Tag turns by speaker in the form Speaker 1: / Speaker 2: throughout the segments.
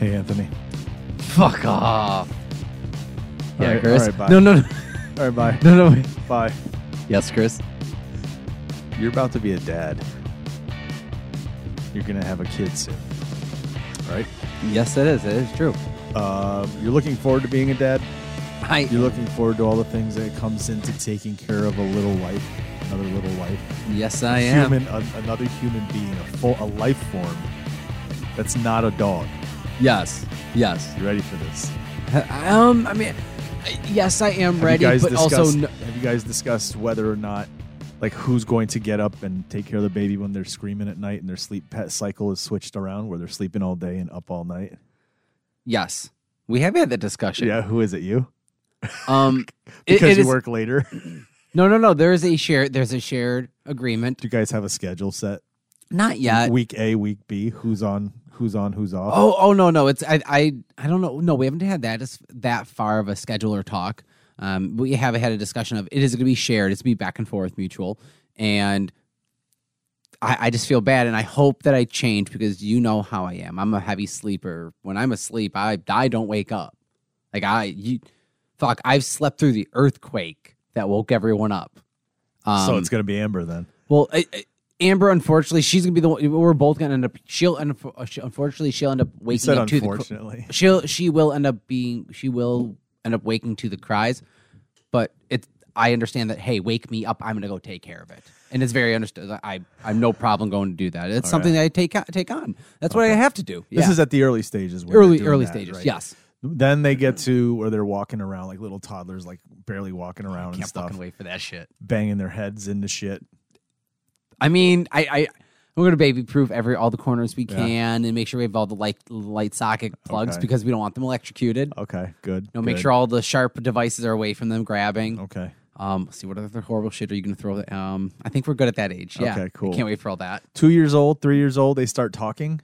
Speaker 1: Hey, Anthony.
Speaker 2: Fuck off. Yeah,
Speaker 1: Alright,
Speaker 2: Chris.
Speaker 1: alright, bye.
Speaker 2: no, no, no,
Speaker 1: All right, bye.
Speaker 2: no, no. Wait.
Speaker 1: Bye.
Speaker 2: Yes, Chris.
Speaker 1: You're about to be a dad. You're going to have a kid soon. All right.
Speaker 2: Yes, it is. It is true.
Speaker 1: Uh, you're looking forward to being a dad.
Speaker 2: I.
Speaker 1: You're looking forward to all the things that comes into taking care of a little life, another little life.
Speaker 2: Yes, I am.
Speaker 1: human, a, another human being, a, full, a life form that's not a dog.
Speaker 2: Yes, yes.
Speaker 1: You ready for this?
Speaker 2: Um, I mean, I- yes, I am
Speaker 1: have
Speaker 2: ready,
Speaker 1: you guys
Speaker 2: but
Speaker 1: discussed,
Speaker 2: also, no,
Speaker 1: have you guys discussed whether or not, like, who's going to get up and take care of the baby when they're screaming at night and their sleep pet cycle is switched around, where they're sleeping all day and up all night?
Speaker 2: yes, we have had that discussion.
Speaker 1: Yeah, who is it? You?
Speaker 2: Um, it-
Speaker 1: Because
Speaker 2: it
Speaker 1: you
Speaker 2: is-
Speaker 1: work later. Do
Speaker 2: No, no, no. There is a shared. There's a shared agreement.
Speaker 1: you guys have a schedule set?
Speaker 2: Not yet.
Speaker 1: week A, week B. Who's on? Who's on? Who's off?
Speaker 2: Oh, oh no, no. It's I, I, I don't know. No, we haven't had that as that far of a schedule or talk. Um, we have had a discussion of it is going to be shared. It's going to be back and forth, mutual, and I, I just feel bad, and I hope that I change because you know how I am. I'm a heavy sleeper. When I'm asleep, I I don't wake up. Like I, you, fuck, I've slept through the earthquake that woke everyone up. Um,
Speaker 1: so it's gonna be Amber then.
Speaker 2: well, I, I- Amber, unfortunately, she's gonna be the one. We're both gonna end up. She'll end up. uh, she- Unfortunately, she'll end up
Speaker 1: You
Speaker 2: waking
Speaker 1: said
Speaker 2: up to the. cr-
Speaker 1: unfortunately.
Speaker 2: She'll she will end up being. She will end up waking to the cries, but it. I understand that. Hey, wake me up! I'm gonna go take care of it, and it's very understood. I I'm no problem going to do that. It's something that I take on- take on. That's what I have to do.
Speaker 1: Oh, This
Speaker 2: Yeah.
Speaker 1: is at the early stages. when they're
Speaker 2: early
Speaker 1: doing
Speaker 2: early
Speaker 1: that,
Speaker 2: stages.
Speaker 1: right?
Speaker 2: Yes,
Speaker 1: Then they get to where they're walking around like little toddlers, like barely walking around and
Speaker 2: can't
Speaker 1: stuff,
Speaker 2: fucking wait for that shit.
Speaker 1: banging their heads into shit.
Speaker 2: I mean, I, I we're gonna baby proof every all the corners we can and make sure we have all the light light socket plugs
Speaker 1: Okay.
Speaker 2: because we don't want them electrocuted.
Speaker 1: Okay, good.
Speaker 2: You know, make
Speaker 1: good.
Speaker 2: sure all the sharp devices are away from them grabbing.
Speaker 1: Okay,
Speaker 2: Um, see what other horrible shit are you gonna throw? That, um, I think we're good at that age. Yeah,
Speaker 1: Okay, cool.
Speaker 2: I can't wait for all that.
Speaker 1: two years old, three years old, they start talking.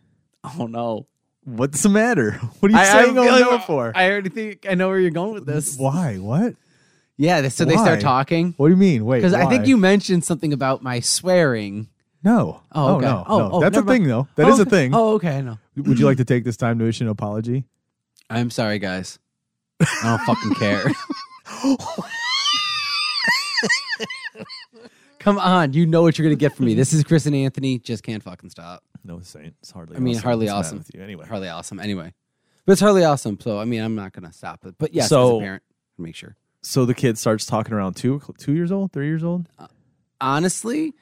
Speaker 2: Oh no,
Speaker 1: What's the matter? What are you
Speaker 2: I, I
Speaker 1: saying? Oh
Speaker 2: feel
Speaker 1: no
Speaker 2: like-
Speaker 1: for?
Speaker 2: I already think I know where you're going with this.
Speaker 1: Why? What?
Speaker 2: Yeah, they- so they
Speaker 1: Why?
Speaker 2: start talking
Speaker 1: What do you mean? Wait,
Speaker 2: because I think
Speaker 1: why?
Speaker 2: you mentioned something about my swearing.
Speaker 1: no.
Speaker 2: Oh, okay.
Speaker 1: no,
Speaker 2: Oh,
Speaker 1: no.
Speaker 2: oh,
Speaker 1: that's a
Speaker 2: never mind.
Speaker 1: thing though. That is
Speaker 2: oh,
Speaker 1: a thing.
Speaker 2: Oh, okay, I know.
Speaker 1: Would you like to take this time to issue an apology?
Speaker 2: I'm sorry, guys. I don't fucking care. Come on, you know what you're gonna get from me. This is Chris and Anthony. Just can't fucking stop.
Speaker 1: No, saint. It's hardly.
Speaker 2: I mean,
Speaker 1: awesome.
Speaker 2: hardly
Speaker 1: What's the matter
Speaker 2: awesome.
Speaker 1: with you anyway.
Speaker 2: Hardly awesome. Anyway, but it's hardly awesome. So I mean, I'm not gonna stop it. But yes,
Speaker 1: So-
Speaker 2: as a parent, make sure.
Speaker 1: So the kid starts talking around two, two years old, three years old.
Speaker 2: Honestly,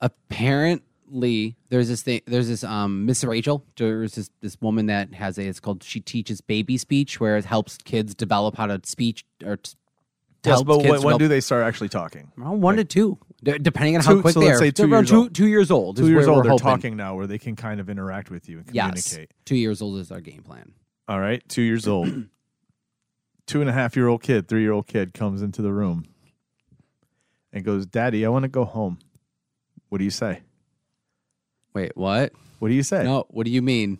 Speaker 2: apparently there's this thing. There's this um Miss Rachel. There's this this woman that has a. It's called she teaches baby speech, where it helps kids develop how to speech or. t-
Speaker 1: Yes,
Speaker 2: helps
Speaker 1: but
Speaker 2: kids
Speaker 1: when, when
Speaker 2: develop-
Speaker 1: do they start actually talking?
Speaker 2: Around one to two, de- depending on
Speaker 1: Two-
Speaker 2: how quick
Speaker 1: so
Speaker 2: they
Speaker 1: let's
Speaker 2: are.
Speaker 1: say two
Speaker 2: They're around
Speaker 1: years
Speaker 2: two,
Speaker 1: old.
Speaker 2: two years old. is
Speaker 1: Two years
Speaker 2: where
Speaker 1: old,
Speaker 2: we're
Speaker 1: they're
Speaker 2: hoping.
Speaker 1: talking now, where they can kind of interact with you and
Speaker 2: Yes,
Speaker 1: communicate.
Speaker 2: two years old is our game plan.
Speaker 1: All right, two years old, two and a half year old kid, three year old kid comes into the room and goes, "Daddy, I want to go home." What do you say?
Speaker 2: Wait, what?
Speaker 1: What do you say?
Speaker 2: No, what do you mean?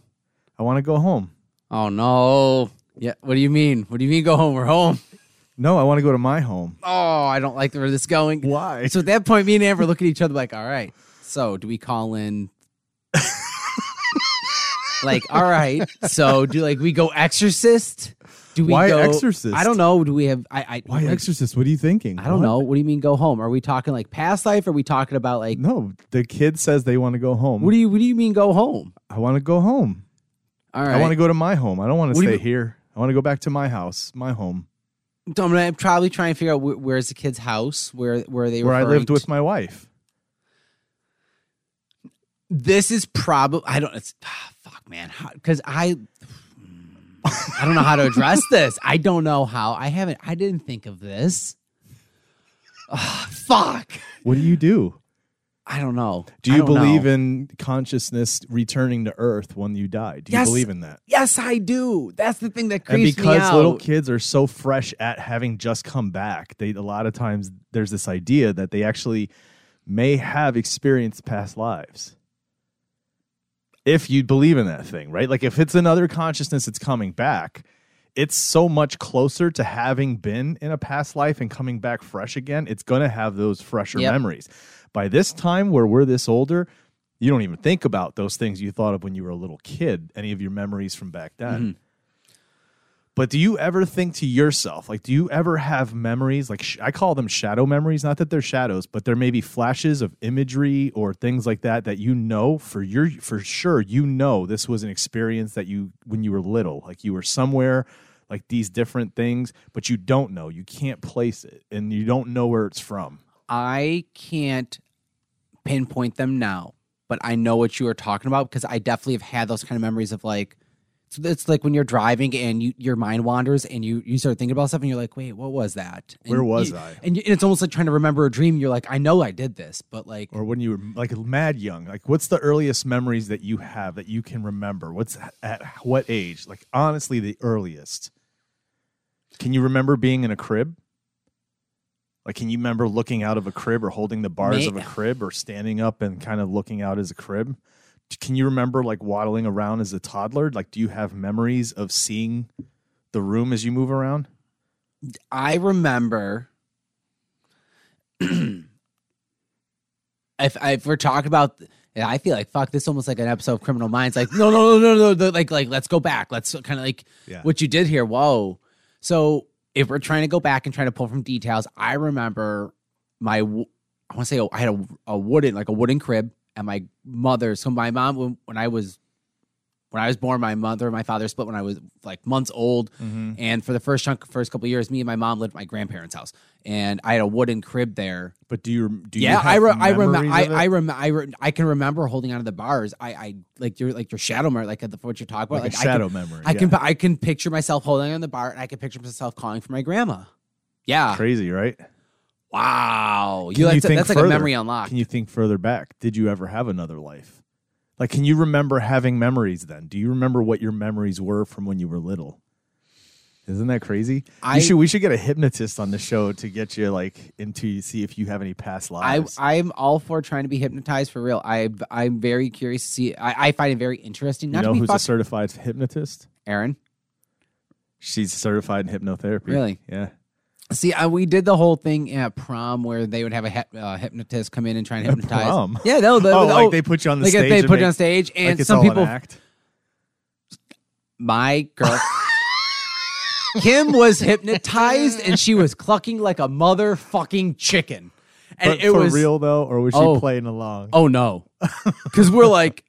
Speaker 1: I want to go home.
Speaker 2: Oh no! Yeah, what do you mean? What do you mean? Go home? We're home.
Speaker 1: No, I want to go to my home.
Speaker 2: Oh, I don't like where this is going.
Speaker 1: Why?
Speaker 2: So at that point, me and Amber look at each other like, all right, so do we call in? like, all right, so do like we go exorcist? Do we
Speaker 1: Why
Speaker 2: go
Speaker 1: Exorcist?
Speaker 2: I don't know. Do we have I I
Speaker 1: Why
Speaker 2: like,
Speaker 1: exorcist? What are you thinking?
Speaker 2: I don't
Speaker 1: What?
Speaker 2: know. What do you mean go home? Are we talking like past life? Are we talking about like
Speaker 1: No, the kid says they want to go home.
Speaker 2: what do you what do you mean go home?
Speaker 1: I want to go home.
Speaker 2: All right.
Speaker 1: I want to go to my home. I don't want to
Speaker 2: What do you
Speaker 1: stay
Speaker 2: mean-
Speaker 1: here. I want to go back to my house, my home,
Speaker 2: So I'm gonna probably try and figure out wh- where's the kid's house, where where they
Speaker 1: where I
Speaker 2: referring
Speaker 1: lived
Speaker 2: to-
Speaker 1: with my wife.
Speaker 2: This is probably I don't. It's ah, fuck, man. Because I, I don't know how to address this. I don't know how. I haven't. I didn't think of this. Ah, fuck.
Speaker 1: What do you do?
Speaker 2: I don't know.
Speaker 1: Do you believe in consciousness returning to Earth when you die? Do you
Speaker 2: Yes.
Speaker 1: believe in that?
Speaker 2: Yes, I do. That's the thing that
Speaker 1: And
Speaker 2: creeps me
Speaker 1: because
Speaker 2: out.
Speaker 1: little kids are so fresh at having just come back, they a lot of times there's this idea that they actually may have experienced past lives. If you believe in that thing, right? Like if it's another consciousness that's coming back, it's so much closer to having been in a past life and coming back fresh again. It's going to have those fresher
Speaker 2: Yep.
Speaker 1: memories. By this time where we're this older, you don't even think about those things you thought of when you were a little kid, any of your memories from back
Speaker 2: Mm-hmm.
Speaker 1: then. But do you ever think to yourself, like, do you ever have memories? Like, sh- I call them shadow memories. Not that they're shadows, but there may be flashes of imagery or things like that that you know for your for sure. You know this was an experience that you when you were little, like you were somewhere, like these different things, but you don't know. You can't place it, and you don't know where it's from.
Speaker 2: I can't pinpoint them now, but I know what you are talking about because I definitely have had those kind of memories of like, so it's like when you're driving and you, your mind wanders and you, you start thinking about stuff and you're like, wait, what was that? And
Speaker 1: Where was
Speaker 2: you-
Speaker 1: I?
Speaker 2: And you- it's almost like trying to remember a dream. You're like, I know I did this, but like,
Speaker 1: Or when you were like mad young, like what's the earliest memories that you have that you can remember? What's at what age? Like honestly, the earliest. Can you remember being in a crib? Like, can you remember looking out of a crib or holding the bars
Speaker 2: Me-
Speaker 1: of a crib or standing up and kind of looking out as a crib? Can you remember like waddling around as a toddler? Like, do you have memories of seeing the room as you move around?
Speaker 2: I remember if if we're talking about and I feel like fuck this is almost like an episode of Criminal Minds like no no no no no, no like like let's go back let's kind of like
Speaker 1: Yeah.
Speaker 2: what you did here whoa so if we're trying to go back and trying to pull from details I remember my wo- I want to say I had a, a wooden like a wooden crib and my mother so my mom when, when I was when I was born my mother and my father split when I was like months old and for the first chunk, first couple of years, me and my mom lived at my grandparents' house, and I had a wooden crib there.
Speaker 1: But do you do you
Speaker 2: yeah,
Speaker 1: have
Speaker 2: I re- I
Speaker 1: memories
Speaker 2: remember I
Speaker 1: of it?
Speaker 2: I, rem- I, re- I can remember holding onto the bars. I I like your like your shadow memory, like the, what you're talking about,
Speaker 1: Like a
Speaker 2: I
Speaker 1: shadow
Speaker 2: can,
Speaker 1: memory,
Speaker 2: I can
Speaker 1: yeah.
Speaker 2: I can picture myself holding on the bar, and I can picture myself calling for my grandma. Yeah,
Speaker 1: crazy, right?
Speaker 2: wow,
Speaker 1: Can
Speaker 2: you,
Speaker 1: you
Speaker 2: that's, a,
Speaker 1: think
Speaker 2: that's like a
Speaker 1: further?
Speaker 2: memory unlock.
Speaker 1: Can you think further back? Did you ever have another life? Like, can you remember having memories then? Do you remember what your memories were from when you were little? Isn't that crazy? You
Speaker 2: I-
Speaker 1: should, we should get a hypnotist on the show to get you like into see if you have any past
Speaker 2: I
Speaker 1: lives.
Speaker 2: I'm all for trying to be hypnotized for real. I I'm very curious to see. I, I find it very interesting. Not
Speaker 1: you know
Speaker 2: to be
Speaker 1: who's a
Speaker 2: fucked,
Speaker 1: certified hypnotist?
Speaker 2: Aaron.
Speaker 1: She's certified in hypnotherapy.
Speaker 2: Really?
Speaker 1: Yeah.
Speaker 2: See, uh, we did the whole thing at prom where they would have a hep- uh, hypnotist come in and try and hypnotize.
Speaker 1: prom?
Speaker 2: Yeah, no, the,
Speaker 1: oh,
Speaker 2: the-
Speaker 1: like they put you on the
Speaker 2: like,
Speaker 1: stage.
Speaker 2: They
Speaker 1: and
Speaker 2: put you
Speaker 1: make-
Speaker 2: on stage, and
Speaker 1: like it's
Speaker 2: some
Speaker 1: all an
Speaker 2: people.
Speaker 1: act.
Speaker 2: My girl, Kim was hypnotized, and she was clucking like a motherfucking chicken, and
Speaker 1: But
Speaker 2: it
Speaker 1: for
Speaker 2: was
Speaker 1: real though, or was she
Speaker 2: Oh.
Speaker 1: playing along?
Speaker 2: Oh no, because we're like,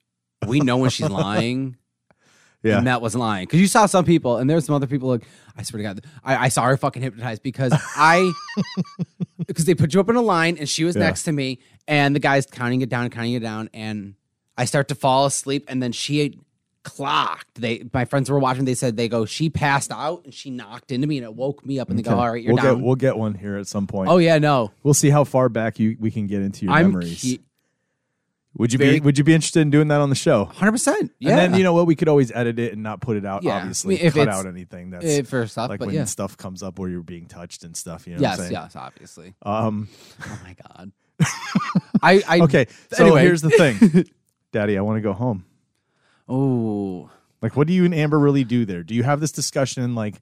Speaker 2: we know when she's lying.
Speaker 1: yeah.
Speaker 2: and Matt was lying because you saw some people, and there's some other people. Like I swear to God, I, I saw her fucking hypnotized because I because they put you up in a line, and she was
Speaker 1: Yeah.
Speaker 2: next to me, and the guy's counting it down, counting it down, and I start to fall asleep, and then she had clocked. They my friends were watching. They said they go, she passed out, and she knocked into me, and it woke me up, and they go,
Speaker 1: Okay.
Speaker 2: all right, you're
Speaker 1: we'll
Speaker 2: down.
Speaker 1: get we'll get one here at some point.
Speaker 2: oh yeah, no,
Speaker 1: We'll see how far back you we can get into your
Speaker 2: I'm
Speaker 1: memories.
Speaker 2: hundred
Speaker 1: Would you
Speaker 2: Very-
Speaker 1: be Would you be interested in doing that on the show?
Speaker 2: percent. Yeah,
Speaker 1: And then you know what? We could always edit it and not put it out.
Speaker 2: Yeah.
Speaker 1: Obviously,
Speaker 2: I mean, if
Speaker 1: cut
Speaker 2: it's-
Speaker 1: out anything that's
Speaker 2: Eh, first off,
Speaker 1: like
Speaker 2: but
Speaker 1: when
Speaker 2: yeah,
Speaker 1: stuff comes up where you're being touched and stuff. You know what I'm
Speaker 2: yes,
Speaker 1: saying?
Speaker 2: yes, obviously.
Speaker 1: Um,
Speaker 2: Oh my god. I, I
Speaker 1: okay. So
Speaker 2: anyway.
Speaker 1: here's the thing, Daddy. I want to go home.
Speaker 2: Oh,
Speaker 1: Like, what do you and Amber really do there? Do you have this discussion? Like,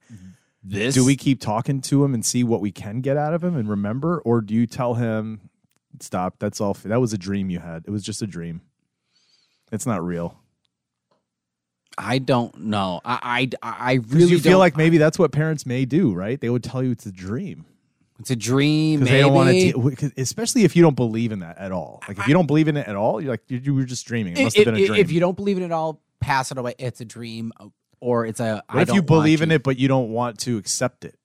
Speaker 2: this
Speaker 1: do we keep talking to him and see what we can get out of him and remember, or do you tell him, "Stop. That's all. f- That was a dream you had. It was just a dream. It's not real."
Speaker 2: I don't know. I I I
Speaker 1: Because
Speaker 2: really
Speaker 1: you feel
Speaker 2: don't-
Speaker 1: like maybe that's what parents may do, right? They would tell you it's a dream
Speaker 2: it's a dream.
Speaker 1: because they don't want
Speaker 2: maybe.
Speaker 1: to, especially if you don't believe in that at all. Like if you don't believe in it at all, you're like you, you were just dreaming. It must have
Speaker 2: If-
Speaker 1: been a
Speaker 2: if-
Speaker 1: dream.
Speaker 2: If you don't believe in it all, pass it away. It's a dream, or it's a.
Speaker 1: what if you believe in it but you don't want to accept it?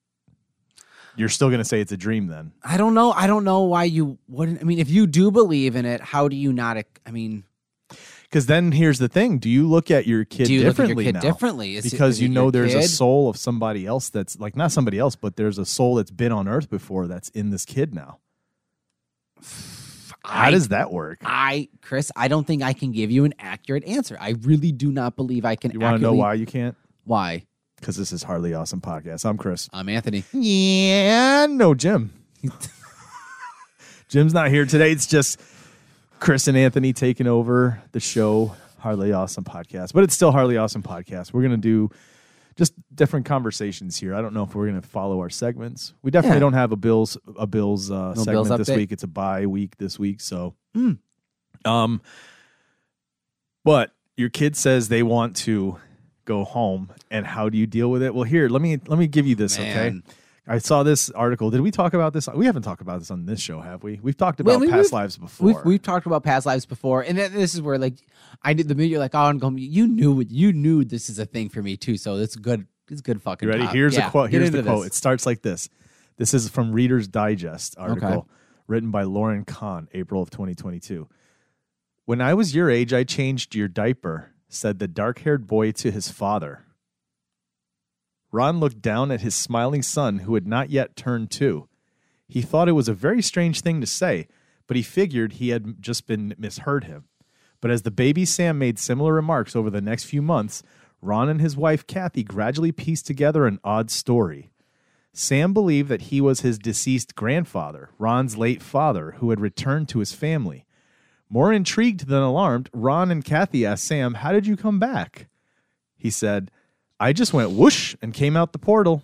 Speaker 1: You're still going to say it's a dream then.
Speaker 2: I don't know. I don't know why you wouldn't. I mean, if you do believe in it, how do you not? ac- I mean,
Speaker 1: Because then here's the thing: Do you look at your kid
Speaker 2: do you look at your
Speaker 1: differently
Speaker 2: kid
Speaker 1: now?
Speaker 2: differently? Is it-
Speaker 1: because
Speaker 2: is
Speaker 1: you
Speaker 2: it
Speaker 1: know
Speaker 2: your
Speaker 1: there's a
Speaker 2: kid?
Speaker 1: soul of somebody else that's like not somebody else, but there's a soul that's been on Earth before that's in this kid now. How
Speaker 2: I-
Speaker 1: does that work?
Speaker 2: I, Chris, I don't think I can give you an accurate answer. I really do not believe I can.
Speaker 1: You want to know
Speaker 2: accurately-
Speaker 1: why you can't?
Speaker 2: Why?
Speaker 1: Because this is hardly awesome podcast. I'm Chris.
Speaker 2: I'm Anthony.
Speaker 1: Yeah, no, Jim. Jim's not here today. It's just Chris and Anthony taking over the show, Hardly Awesome Podcast. But it's still Hardly Awesome Podcast. We're going to do just different conversations here. I don't know if we're going to follow our segments. We definitely
Speaker 2: Yeah.
Speaker 1: don't have a Bills a Bills uh,
Speaker 2: Bills
Speaker 1: segment this
Speaker 2: update.
Speaker 1: week. It's a bye week this week, so hmm. um but your kid says they want to go home and how do you deal with it? Well, here, let me let me give you this, okay?
Speaker 2: Man.
Speaker 1: I saw this article. Did we talk about this? We haven't talked about this on this show, have we? We've talked about
Speaker 2: we-
Speaker 1: past
Speaker 2: we've-
Speaker 1: lives before.
Speaker 2: We've we've talked about past lives before, and then this is where like I did the movie. You're like, oh, I'm going. You knew it. You knew this is a thing for me too. So it's good. It's good fucking.
Speaker 1: You ready?
Speaker 2: talk.
Speaker 1: Here's
Speaker 2: Yeah,
Speaker 1: a quote.
Speaker 2: get
Speaker 1: Here's the
Speaker 2: into
Speaker 1: quote. It
Speaker 2: this.
Speaker 1: starts like this. This is from Reader's Digest article written by Lauren Kahn, April of 2022. When I was your age, I changed your diaper, said the dark haired boy to his father. Ron looked down at his smiling son, who had not yet turned two. He thought it was a very strange thing to say, but he figured he had just been misheard him. But as the baby Sam made similar remarks over the next few months, Ron and his wife Kathy gradually pieced together an odd story. Sam believed that he was his deceased grandfather, Ron's late father, who had returned to his family. More intrigued than alarmed, Ron and Kathy asked Sam, How did you come back? He said, I just went whoosh and came out the portal.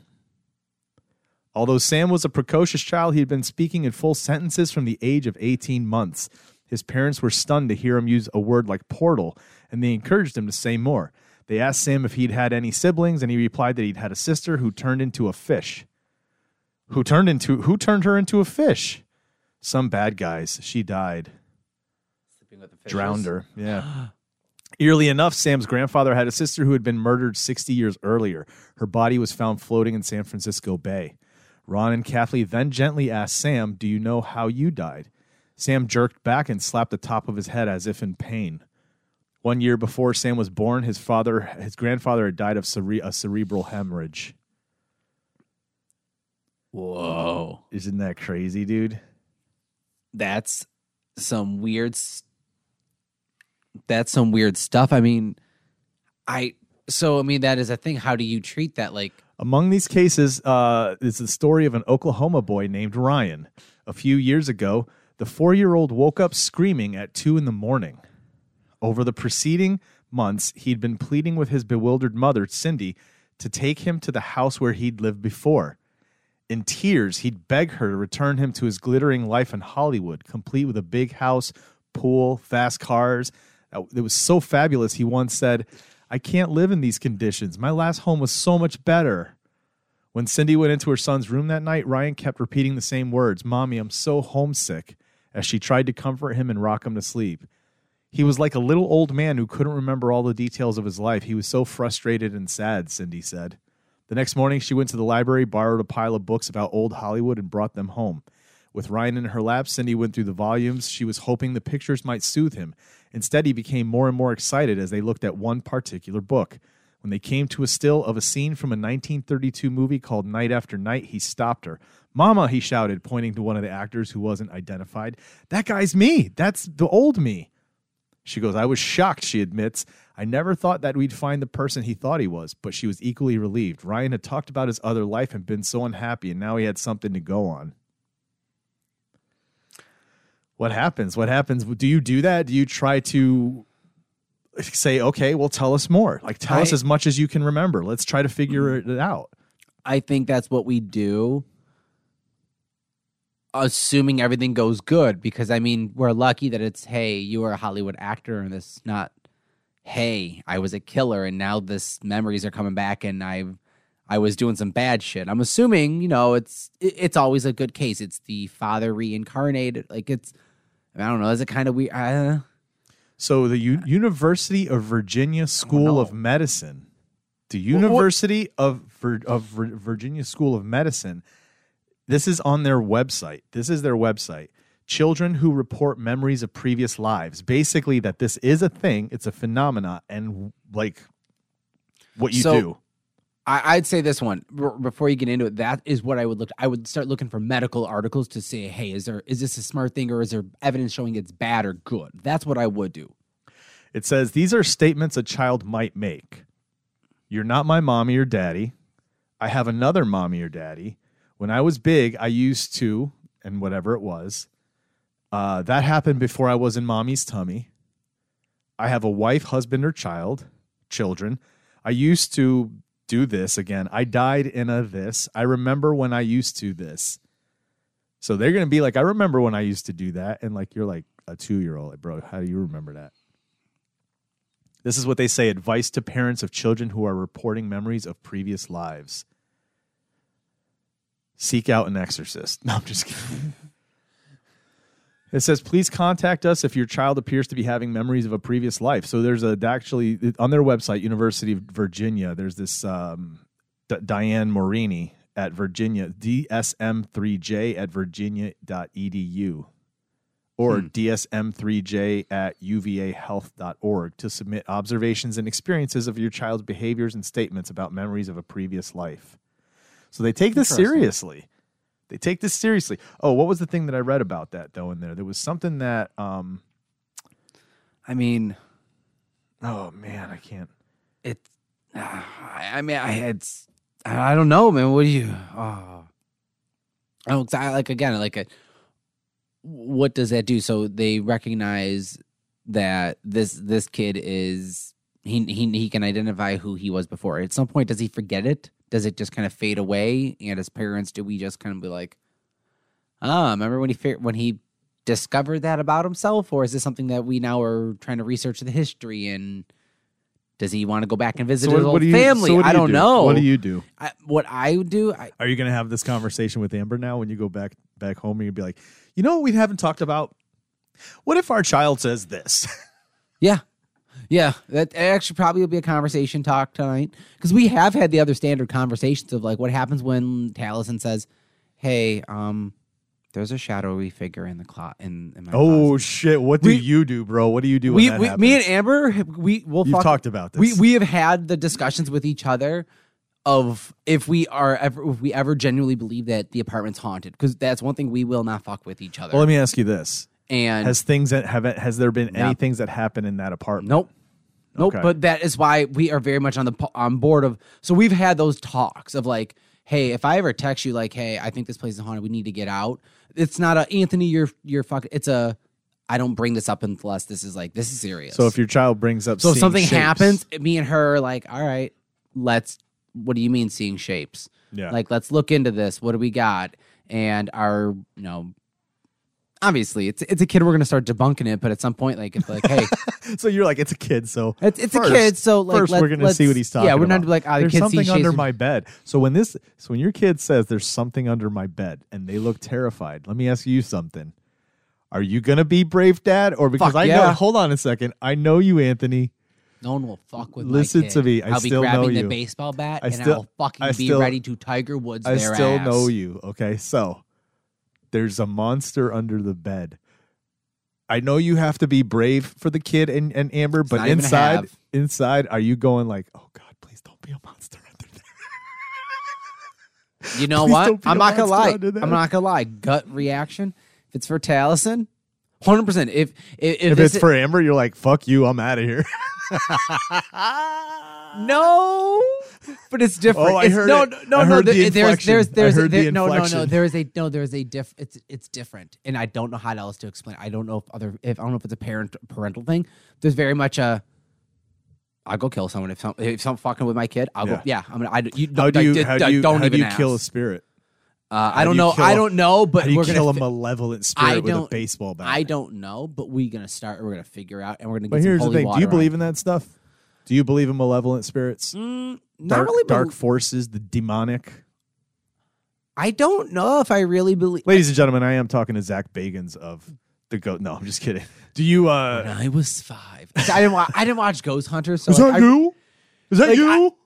Speaker 1: Although Sam was a precocious child, he had been speaking in full sentences from the age of 18 months. His parents were stunned to hear him use a word like portal, and they encouraged him to say more. They asked Sam if he'd had any siblings, and he replied that he'd had a sister who turned into a fish. Who turned into who turned her into a fish? Some bad guys. She died. Drowned her. Yeah. Eerily enough, Sam's grandfather had a sister who had been murdered 60 years earlier. Her body was found floating in San Francisco Bay. Ron and Kathleen then gently asked Sam, Do you know how you died? Sam jerked back and slapped the top of his head as if in pain. One year before Sam was born, his father, his grandfather had died of cere- a cerebral hemorrhage.
Speaker 2: Whoa,
Speaker 1: Isn't that crazy, dude?
Speaker 2: that's some weird. s- That's some weird stuff. I mean, I. So I mean, that is a thing. How do you treat that? Like,
Speaker 1: Among these cases uh, is the story of an Oklahoma boy named Ryan. A few years ago, the four year old woke up screaming at two in the morning. Over the preceding months, he'd been pleading with his bewildered mother, Cindy, to take him to the house where he'd lived before. In tears, he'd beg her to return him to his glittering life in Hollywood, complete with a big house, pool, fast cars. Uh, It was so fabulous, he once said, I can't live in these conditions. My last home was so much better. When Cindy went into her son's room that night, Ryan kept repeating the same words Mommy, I'm so homesick, as she tried to comfort him and rock him to sleep. He was like a little old man who couldn't remember all the details of his life. He was so frustrated and sad, Cindy said. The next morning, she went to the library, borrowed a pile of books about old Hollywood, and brought them home. With Ryan in her lap, Cindy went through the volumes. She was hoping the pictures might soothe him. Instead, he became more and more excited as they looked at one particular book. When they came to a still of a scene from a 1932 movie called Night After Night, he stopped her. Mama, he shouted, pointing to one of the actors who wasn't identified. That guy's me. That's the old me. She goes, I was shocked, she admits. I never thought that we'd find the person he thought he was, but she was equally relieved. Ryan had talked about his other life and been so unhappy, and now he had something to go on. What happens? What happens? Do you do that? Do you try to say, okay, well, tell us more? Like, tell us
Speaker 2: I-
Speaker 1: as much as you can remember. Let's try to figure it out.
Speaker 2: I think that's what we do, assuming everything goes good. Because I mean, we're lucky that it's hey, you are a Hollywood actor, and this not hey, I was a killer, and now this memories are coming back, and I, I was doing some bad shit. I'm assuming you know it's it- it's always a good case. It's the father reincarnated, like it's. I don't know. Is it kind of weird? Uh,
Speaker 1: So, the U- University of Virginia School of Medicine, the University of Vir- of Vir- Virginia School of Medicine, this is on their website. This is their website. Children who report memories of previous lives. Basically, that this is a thing. It's a phenomena, and like what you
Speaker 2: So-
Speaker 1: do.
Speaker 2: I, I'd say this one b- before you get into it. That is what I would look. I would start looking for medical articles to say, hey, is there is this a smart thing or is there evidence showing it's bad or good? That's what I would do.
Speaker 1: It says these are statements a child might make. You're not my mommy or daddy. I have another mommy or daddy. When I was big, I used to, and whatever it was. Uh, that happened before I was in mommy's tummy. I have a wife, husband, or child, children. I used to do this again. I died in a this. I remember when I used to this. So they're going to be like, I remember when I used to do that. And like, you're like a two year old. Like, bro, how do you remember that? This is what they say advice to parents of children who are reporting memories of previous lives. Seek out an exorcist. No, I'm just kidding. it says, please contact us if your child appears to be having memories of a previous life. So there's a actually on their website, University of Virginia, there's this um, D- Diane Morini at Virginia, DSM3J at virginia.edu
Speaker 2: Hmm.
Speaker 1: or dsm3j at uvahealth.org to submit observations and experiences of your child's behaviors and statements about memories of a previous life. So they take this
Speaker 2: Interesting.
Speaker 1: seriously. They take this seriously. Oh, what was the thing that I read about that though in there? There was something that um
Speaker 2: I mean,
Speaker 1: oh man, I can't.
Speaker 2: it's. ah, I I mean, I it's. I I don't know, man. What do you? Oh, I don't. I, like again, like a, what does that do? So they recognize that this this kid is he he he can identify who he was before. At some point, does he forget it? Does it just kind of fade away? And as parents, do we just kind of be like, ah, remember when he fi- when he discovered that about himself, or is this something that we now are trying to research the history and? Does he want to go back and visit his old family?
Speaker 1: so what do
Speaker 2: I
Speaker 1: you
Speaker 2: don't
Speaker 1: do?
Speaker 2: know.
Speaker 1: What do you do?
Speaker 2: I, what I would do, I,
Speaker 1: Are you going to have this conversation with Amber now when you go back back home and you'll be like, "You know what we haven't talked about? What if our child says this?"
Speaker 2: yeah, yeah, that actually probably will be a conversation talk tonight because we have had the other standard conversations of like what happens when Taliesin says, "Hey, um, there's a shadowy figure in the closet in, in my
Speaker 1: Oh
Speaker 2: closet."
Speaker 1: shit! What do
Speaker 2: We-
Speaker 1: you do, bro? What do you do?
Speaker 2: we,
Speaker 1: when that
Speaker 2: we
Speaker 1: happens?
Speaker 2: me and Amber, we will
Speaker 1: you've
Speaker 2: fuck,
Speaker 1: talked about this.
Speaker 2: we we have had the discussions with each other of if we are ever if we ever genuinely believe that the apartment's haunted because that's one thing we will not fuck with each other
Speaker 1: well, let me ask you this:
Speaker 2: and
Speaker 1: Has things that have has there been
Speaker 2: No.
Speaker 1: any things that happen in that apartment?
Speaker 2: Nope. Nope.
Speaker 1: Okay.
Speaker 2: But that is why we are very much on the po- on board of. So we've had those talks of like, hey, if I ever text you like, hey, I think this place is haunted, we need to get out. It's not a Anthony, you're you're fucking. It's a. I don't bring this up unless this is like this is serious.
Speaker 1: So if your child brings up,
Speaker 2: so if
Speaker 1: seeing
Speaker 2: something
Speaker 1: shapes-
Speaker 2: happens, me and her are like, all right, let's. What do you mean seeing shapes?
Speaker 1: yeah,
Speaker 2: Like, let's look into this. What do we got? And our, you know, obviously it's it's a kid. We're gonna start debunking it, but at some point, like if like, hey,
Speaker 1: so you're like, it's a kid, so
Speaker 2: It's, it's
Speaker 1: First-
Speaker 2: a kid, so like
Speaker 1: first
Speaker 2: let's,
Speaker 1: we're gonna
Speaker 2: let's-
Speaker 1: see what he's talking.
Speaker 2: Yeah, we're not
Speaker 1: about.
Speaker 2: like oh, the
Speaker 1: there's
Speaker 2: kid sees
Speaker 1: something
Speaker 2: shapes
Speaker 1: under
Speaker 2: and-
Speaker 1: my bed. So when this, so when your kid says there's something under my bed and they look terrified, let me ask you something. Are you gonna be brave, Dad? Or because
Speaker 2: Fuck
Speaker 1: I know,
Speaker 2: yeah.
Speaker 1: hold on a second, I know you, Anthony.
Speaker 2: No one will fuck with.
Speaker 1: Listen
Speaker 2: my kid.
Speaker 1: to me, I
Speaker 2: will
Speaker 1: still
Speaker 2: be grabbing
Speaker 1: know
Speaker 2: the
Speaker 1: you.
Speaker 2: baseball bat
Speaker 1: I
Speaker 2: and
Speaker 1: still-
Speaker 2: I'll fucking
Speaker 1: I
Speaker 2: be
Speaker 1: still-
Speaker 2: ready to Tiger Woods.
Speaker 1: I
Speaker 2: their
Speaker 1: still
Speaker 2: ass.
Speaker 1: know you. Okay, so there's a monster under the bed. I know you have to be brave for the kid and, and Amber, but
Speaker 2: not even a
Speaker 1: inside,
Speaker 2: have.
Speaker 1: inside, are you going like, oh God, please don't be a monster under there?
Speaker 2: You know
Speaker 1: Please
Speaker 2: what?
Speaker 1: don't be
Speaker 2: I'm
Speaker 1: a
Speaker 2: not gonna
Speaker 1: monster
Speaker 2: lie.
Speaker 1: under that.
Speaker 2: I'm not gonna lie. Gut reaction. If it's for Taliesin, hundred percent. If if, if,
Speaker 1: If
Speaker 2: this
Speaker 1: it's for Amber, you're like, fuck you, I'm out of here.
Speaker 2: no, but it's different.
Speaker 1: Oh, I
Speaker 2: It's-
Speaker 1: heard
Speaker 2: no,
Speaker 1: it.
Speaker 2: no, no,
Speaker 1: I
Speaker 2: no.
Speaker 1: heard the
Speaker 2: there- there's,
Speaker 1: inflection.
Speaker 2: there's,
Speaker 1: I
Speaker 2: there's,
Speaker 1: heard the
Speaker 2: there- no, no, no.
Speaker 1: inflection.
Speaker 2: There is a no. There is a diff. It's, it's different, and I don't know how else to explain. it. I don't know if other. If I don't know if it's a parent parental thing. There's very much a. I'll go kill someone if some if some fucking with my kid. I'll
Speaker 1: Yeah.
Speaker 2: go. Yeah, I'm gonna. I, you,
Speaker 1: How do
Speaker 2: I-
Speaker 1: you,
Speaker 2: I-
Speaker 1: how
Speaker 2: I
Speaker 1: do you,
Speaker 2: don't
Speaker 1: how do
Speaker 2: even
Speaker 1: you kill a
Speaker 2: ask.
Speaker 1: spirit?
Speaker 2: Uh,
Speaker 1: how
Speaker 2: I
Speaker 1: do
Speaker 2: don't
Speaker 1: you
Speaker 2: know.
Speaker 1: kill
Speaker 2: I
Speaker 1: a-
Speaker 2: don't know. But
Speaker 1: How do you
Speaker 2: we're gonna.
Speaker 1: kill a
Speaker 2: fi-
Speaker 1: malevolent
Speaker 2: I
Speaker 1: spirit with a
Speaker 2: don't-
Speaker 1: baseball bat?
Speaker 2: I don't know. But we're gonna start. We're gonna figure out, and we're gonna.
Speaker 1: But
Speaker 2: get some
Speaker 1: here's the
Speaker 2: holy
Speaker 1: thing: Do you
Speaker 2: water on
Speaker 1: believe in that stuff? Do you believe in malevolent spirits,
Speaker 2: it. Mm, not
Speaker 1: dark,
Speaker 2: really, but
Speaker 1: dark forces, the demonic?
Speaker 2: I don't know if I really believe.
Speaker 1: Ladies and gentlemen, I am talking to Zach Bagans of the Goat. No, I'm just kidding. Do you? uh
Speaker 2: When I was five. So I didn't watch. I didn't watch Ghost Hunter, Oh so
Speaker 1: Is
Speaker 2: like,
Speaker 1: that you? Is that
Speaker 2: Like,
Speaker 1: you?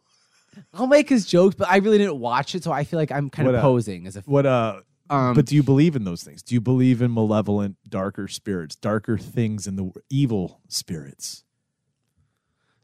Speaker 2: I, will make his jokes, but I really didn't watch it, so I feel like I'm kind
Speaker 1: What,
Speaker 2: of
Speaker 1: uh,
Speaker 2: posing as a.
Speaker 1: what? Uh,
Speaker 2: Um,
Speaker 1: but do you believe in those things? Do you believe in malevolent, darker spirits, darker things in the evil spirits?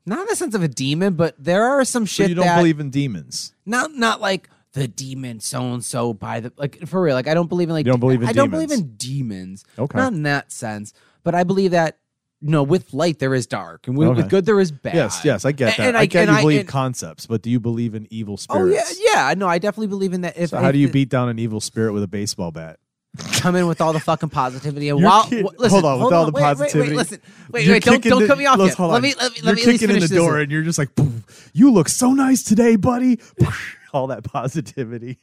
Speaker 2: not in the sense of a demon, but there are some
Speaker 1: So
Speaker 2: shit
Speaker 1: you don't
Speaker 2: that
Speaker 1: believe in demons.
Speaker 2: not not like the demon so and so by the like for real. Like I don't believe in like
Speaker 1: You don't believe in
Speaker 2: I don't
Speaker 1: demons.
Speaker 2: believe in demons.
Speaker 1: Okay.
Speaker 2: Not in that sense. But I believe that no, with light there is dark, and with,
Speaker 1: Okay.
Speaker 2: with good there is bad.
Speaker 1: Yes, yes, I get
Speaker 2: And-
Speaker 1: that.
Speaker 2: and
Speaker 1: I,
Speaker 2: I-
Speaker 1: get
Speaker 2: and
Speaker 1: you
Speaker 2: I-
Speaker 1: believe
Speaker 2: and-
Speaker 1: concepts, but do you believe in evil
Speaker 2: Oh yeah,
Speaker 1: spirits?
Speaker 2: yeah. No, I definitely believe in that. If,
Speaker 1: So how
Speaker 2: if
Speaker 1: do you
Speaker 2: the-
Speaker 1: beat down an evil spirit with a baseball bat?
Speaker 2: come in with all the fucking positivity and
Speaker 1: You're
Speaker 2: while
Speaker 1: kid-
Speaker 2: w- listen,
Speaker 1: hold on, with all the
Speaker 2: wait, wait,
Speaker 1: positivity.
Speaker 2: Wait, listen, wait,
Speaker 1: You're
Speaker 2: wait, don't
Speaker 1: kicking
Speaker 2: don't
Speaker 1: the-
Speaker 2: cut me off
Speaker 1: let's-
Speaker 2: yet.
Speaker 1: hold
Speaker 2: Let
Speaker 1: on.
Speaker 2: me let me
Speaker 1: You're
Speaker 2: let me at least
Speaker 1: kicking in
Speaker 2: finish
Speaker 1: the
Speaker 2: this.
Speaker 1: door, and you're just like, "Poof, "You look so nice today, buddy." All that positivity.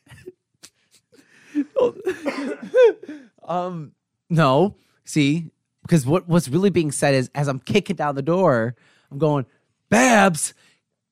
Speaker 2: Um, no, see, because what what's really being said is as I'm kicking down the door, I'm going, Babs,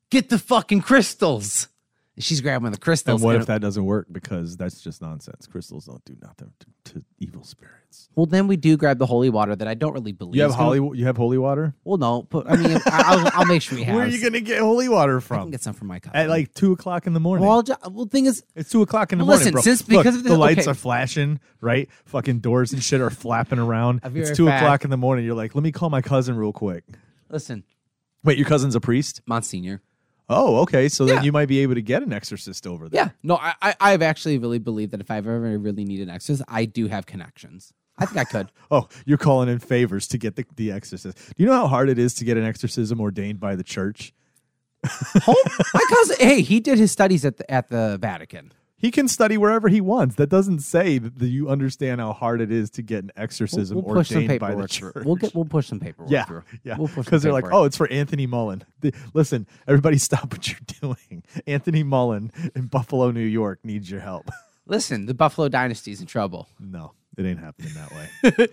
Speaker 2: get the fucking crystals. And she's grabbing the crystals.
Speaker 1: And what
Speaker 2: and-
Speaker 1: if that doesn't work? Because that's just nonsense. Crystals don't do nothing to, to evil spirits.
Speaker 2: well, then we do grab the holy water that I don't really believe.
Speaker 1: You have
Speaker 2: is gonna-
Speaker 1: holy. You have holy water.
Speaker 2: Well, no, but I mean, I- I'll, I'll make sure we have.
Speaker 1: Where are you gonna get holy water
Speaker 2: I can
Speaker 1: from?
Speaker 2: get some from my cup.
Speaker 1: At like two o'clock in the morning.
Speaker 2: well, I'll ju- well, thing is,
Speaker 1: It's two o'clock in the
Speaker 2: Well,
Speaker 1: morning,
Speaker 2: listen,
Speaker 1: bro.
Speaker 2: since-
Speaker 1: Look,
Speaker 2: because of
Speaker 1: the
Speaker 2: the-
Speaker 1: lights
Speaker 2: okay.
Speaker 1: are flashing, right? Fucking doors and shit are flapping around.
Speaker 2: I'll be
Speaker 1: It's
Speaker 2: right
Speaker 1: two
Speaker 2: back.
Speaker 1: o'clock in the morning. You're like, let me call my cousin real quick.
Speaker 2: listen,
Speaker 1: Wait, your cousin's a priest?
Speaker 2: Monsignor.
Speaker 1: Oh, okay. So
Speaker 2: Yeah.
Speaker 1: then you might be able to get an exorcist over there.
Speaker 2: Yeah. No, I, I I've actually really believed that if I've ever really needed an exorcist, I do have connections. I think I could.
Speaker 1: Oh, you're calling in favors to get the, the exorcist. Do you know how hard it is to get an exorcism ordained by the church?
Speaker 2: Home, my cousin. Hey, he did his studies at the at the Vatican.
Speaker 1: He can study wherever he wants. That doesn't say that you understand how hard it is to get an exorcism ordained by the
Speaker 2: through.
Speaker 1: church.
Speaker 2: We'll get we'll push some paperwork
Speaker 1: Yeah,
Speaker 2: through.
Speaker 1: yeah.
Speaker 2: We'll push some
Speaker 1: Because they're like,
Speaker 2: paperwork.
Speaker 1: oh, it's for Anthony Mullen. The- listen, everybody, stop what you're doing. Anthony Mullen in Buffalo, New York, needs your help.
Speaker 2: listen, the Buffalo dynasty's in trouble.
Speaker 1: no, it ain't happening that way.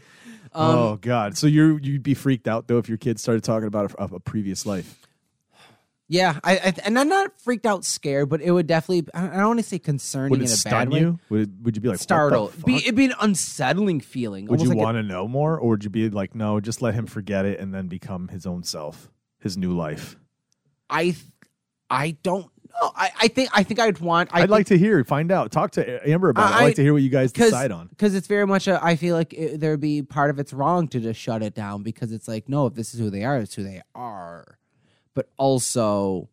Speaker 2: Um,
Speaker 1: oh God! So you you'd be freaked out though if your kids started talking about a, a previous life.
Speaker 2: Yeah, I, I and I'm not freaked out, scared, but it would definitely. I I don't want to say concerning
Speaker 1: Would
Speaker 2: in
Speaker 1: it
Speaker 2: a
Speaker 1: stun
Speaker 2: bad way.
Speaker 1: you? Would it, would you be like what the
Speaker 2: Startled,
Speaker 1: fuck?
Speaker 2: be, it'd be an unsettling feeling.
Speaker 1: would
Speaker 2: almost
Speaker 1: you
Speaker 2: like a-
Speaker 1: want to know more, or would you be like, no, just let him forget it and then become his own self, his new life?
Speaker 2: I, th- I don't know. I, I think I think I'd want. I
Speaker 1: I'd
Speaker 2: think-
Speaker 1: like to hear, find out, talk to Amber about it. I'd
Speaker 2: I-
Speaker 1: like to hear what you guys decide on.
Speaker 2: because it's very much a, I feel like it, there'd be part of it's wrong to just shut it down because it's like no if this is who they are it's who they are but also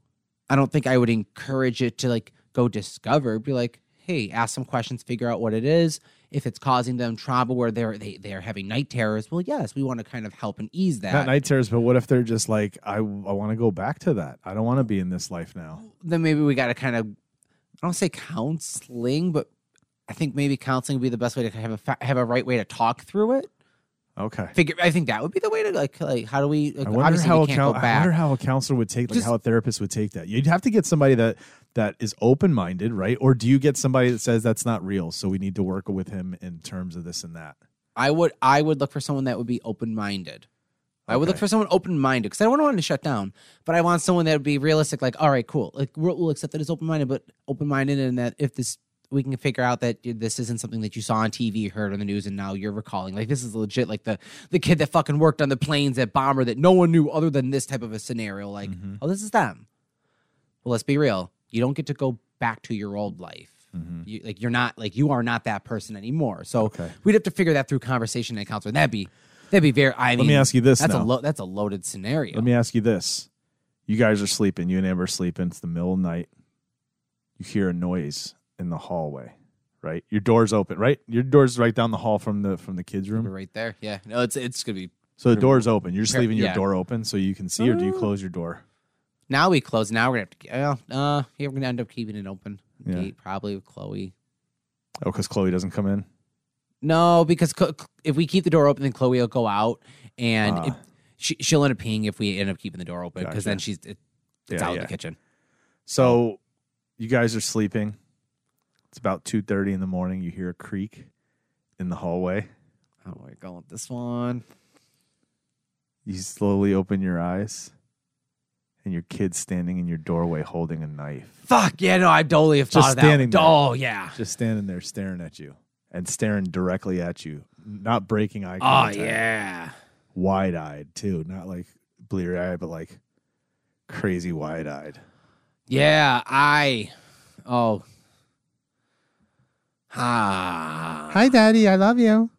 Speaker 2: I don't think I would encourage it to like go discover be like hey ask some questions figure out what it is if it's causing them trauma where they're they, they're having night terrors well yes we want to kind of help and ease that
Speaker 1: Not night terrors, but what if they're just like, I, I want to go back to that. I don't want to be in this life now.
Speaker 2: then maybe we got to kind of I don't say counseling but I think maybe counseling would be the best way to have a fa- have a right way to talk through it
Speaker 1: Okay.
Speaker 2: figure. I think that would be the way to like, like how do we? Like,
Speaker 1: I wonder
Speaker 2: obviously,
Speaker 1: how
Speaker 2: we
Speaker 1: a
Speaker 2: can't
Speaker 1: coun-
Speaker 2: go
Speaker 1: I
Speaker 2: back.
Speaker 1: wonder how a counselor would take, like
Speaker 2: Just-
Speaker 1: how a therapist would take that. You'd have to get somebody that that is open minded, right? Or do you get somebody that says that's not real, so we need to work with him in terms of this and that?
Speaker 2: I would, I would look for someone that would be open minded. I would look
Speaker 1: Okay.
Speaker 2: for someone open minded because I don't want to shut down, but I want someone that would be realistic. Like, all right, cool. Like, we'll, we'll accept that it's open minded, but open minded, and that if this we can figure out that this isn't something that you saw on TV, heard on the news, and now you're recalling. Like, this is legit. Like the the kid that fucking worked on the planes, that bomber that no one knew other than this type of a scenario. Like,
Speaker 1: Mhm.
Speaker 2: oh, this is them. Well, let's be real. You don't get to go back to your old life. you like you're not like you are not that person anymore. So
Speaker 1: Okay.
Speaker 2: we'd have to figure that through conversation and counseling. That'd be that'd be very. I
Speaker 1: Let
Speaker 2: mean,
Speaker 1: me ask you this
Speaker 2: that's
Speaker 1: now.
Speaker 2: a lo- that's a loaded scenario.
Speaker 1: Let me ask you this. You guys are sleeping. You and Amber are sleeping. It's the middle of the night. You hear a noise in the hallway, right? Your door's open, right? Your door's right down the hall from the from the kids' room.
Speaker 2: We're right there. Yeah, no, it's it's gonna be.
Speaker 1: So the door's open. You're just
Speaker 2: Par-
Speaker 1: leaving your
Speaker 2: yeah.
Speaker 1: door open so you can see, or do you
Speaker 2: Ah.
Speaker 1: close your door?
Speaker 2: Now we close. Now we're gonna have to. Well, uh, yeah, we're gonna end up keeping it open.
Speaker 1: Yeah.
Speaker 2: Gate, probably with Chloe.
Speaker 1: Oh, because Chloe doesn't come in.
Speaker 2: No, because Chlo- Chlo- if we keep the door open, then Chloe will go out, and
Speaker 1: Ah.
Speaker 2: it, she, she'll end up peeing if we end up keeping the door open because
Speaker 1: Gotcha.
Speaker 2: then she's it, it's
Speaker 1: Yeah,
Speaker 2: out in
Speaker 1: yeah.
Speaker 2: the kitchen.
Speaker 1: So you guys are sleeping. It's about two thirty in the morning. You hear a creak in the hallway.
Speaker 2: Oh, we're going with this one.
Speaker 1: You slowly open your eyes, and your kid's standing in your doorway holding a knife,
Speaker 2: Fuck yeah! No, I totally have
Speaker 1: Just
Speaker 2: thought of that.
Speaker 1: standing there.
Speaker 2: Oh yeah.
Speaker 1: just standing there staring at you and staring directly at you, not breaking eye
Speaker 2: Oh
Speaker 1: contact.
Speaker 2: yeah.
Speaker 1: wide eyed too, not like bleary eyed, but like crazy wide eyed.
Speaker 2: Yeah, I. Oh. Ah.
Speaker 1: Daddy, I love you.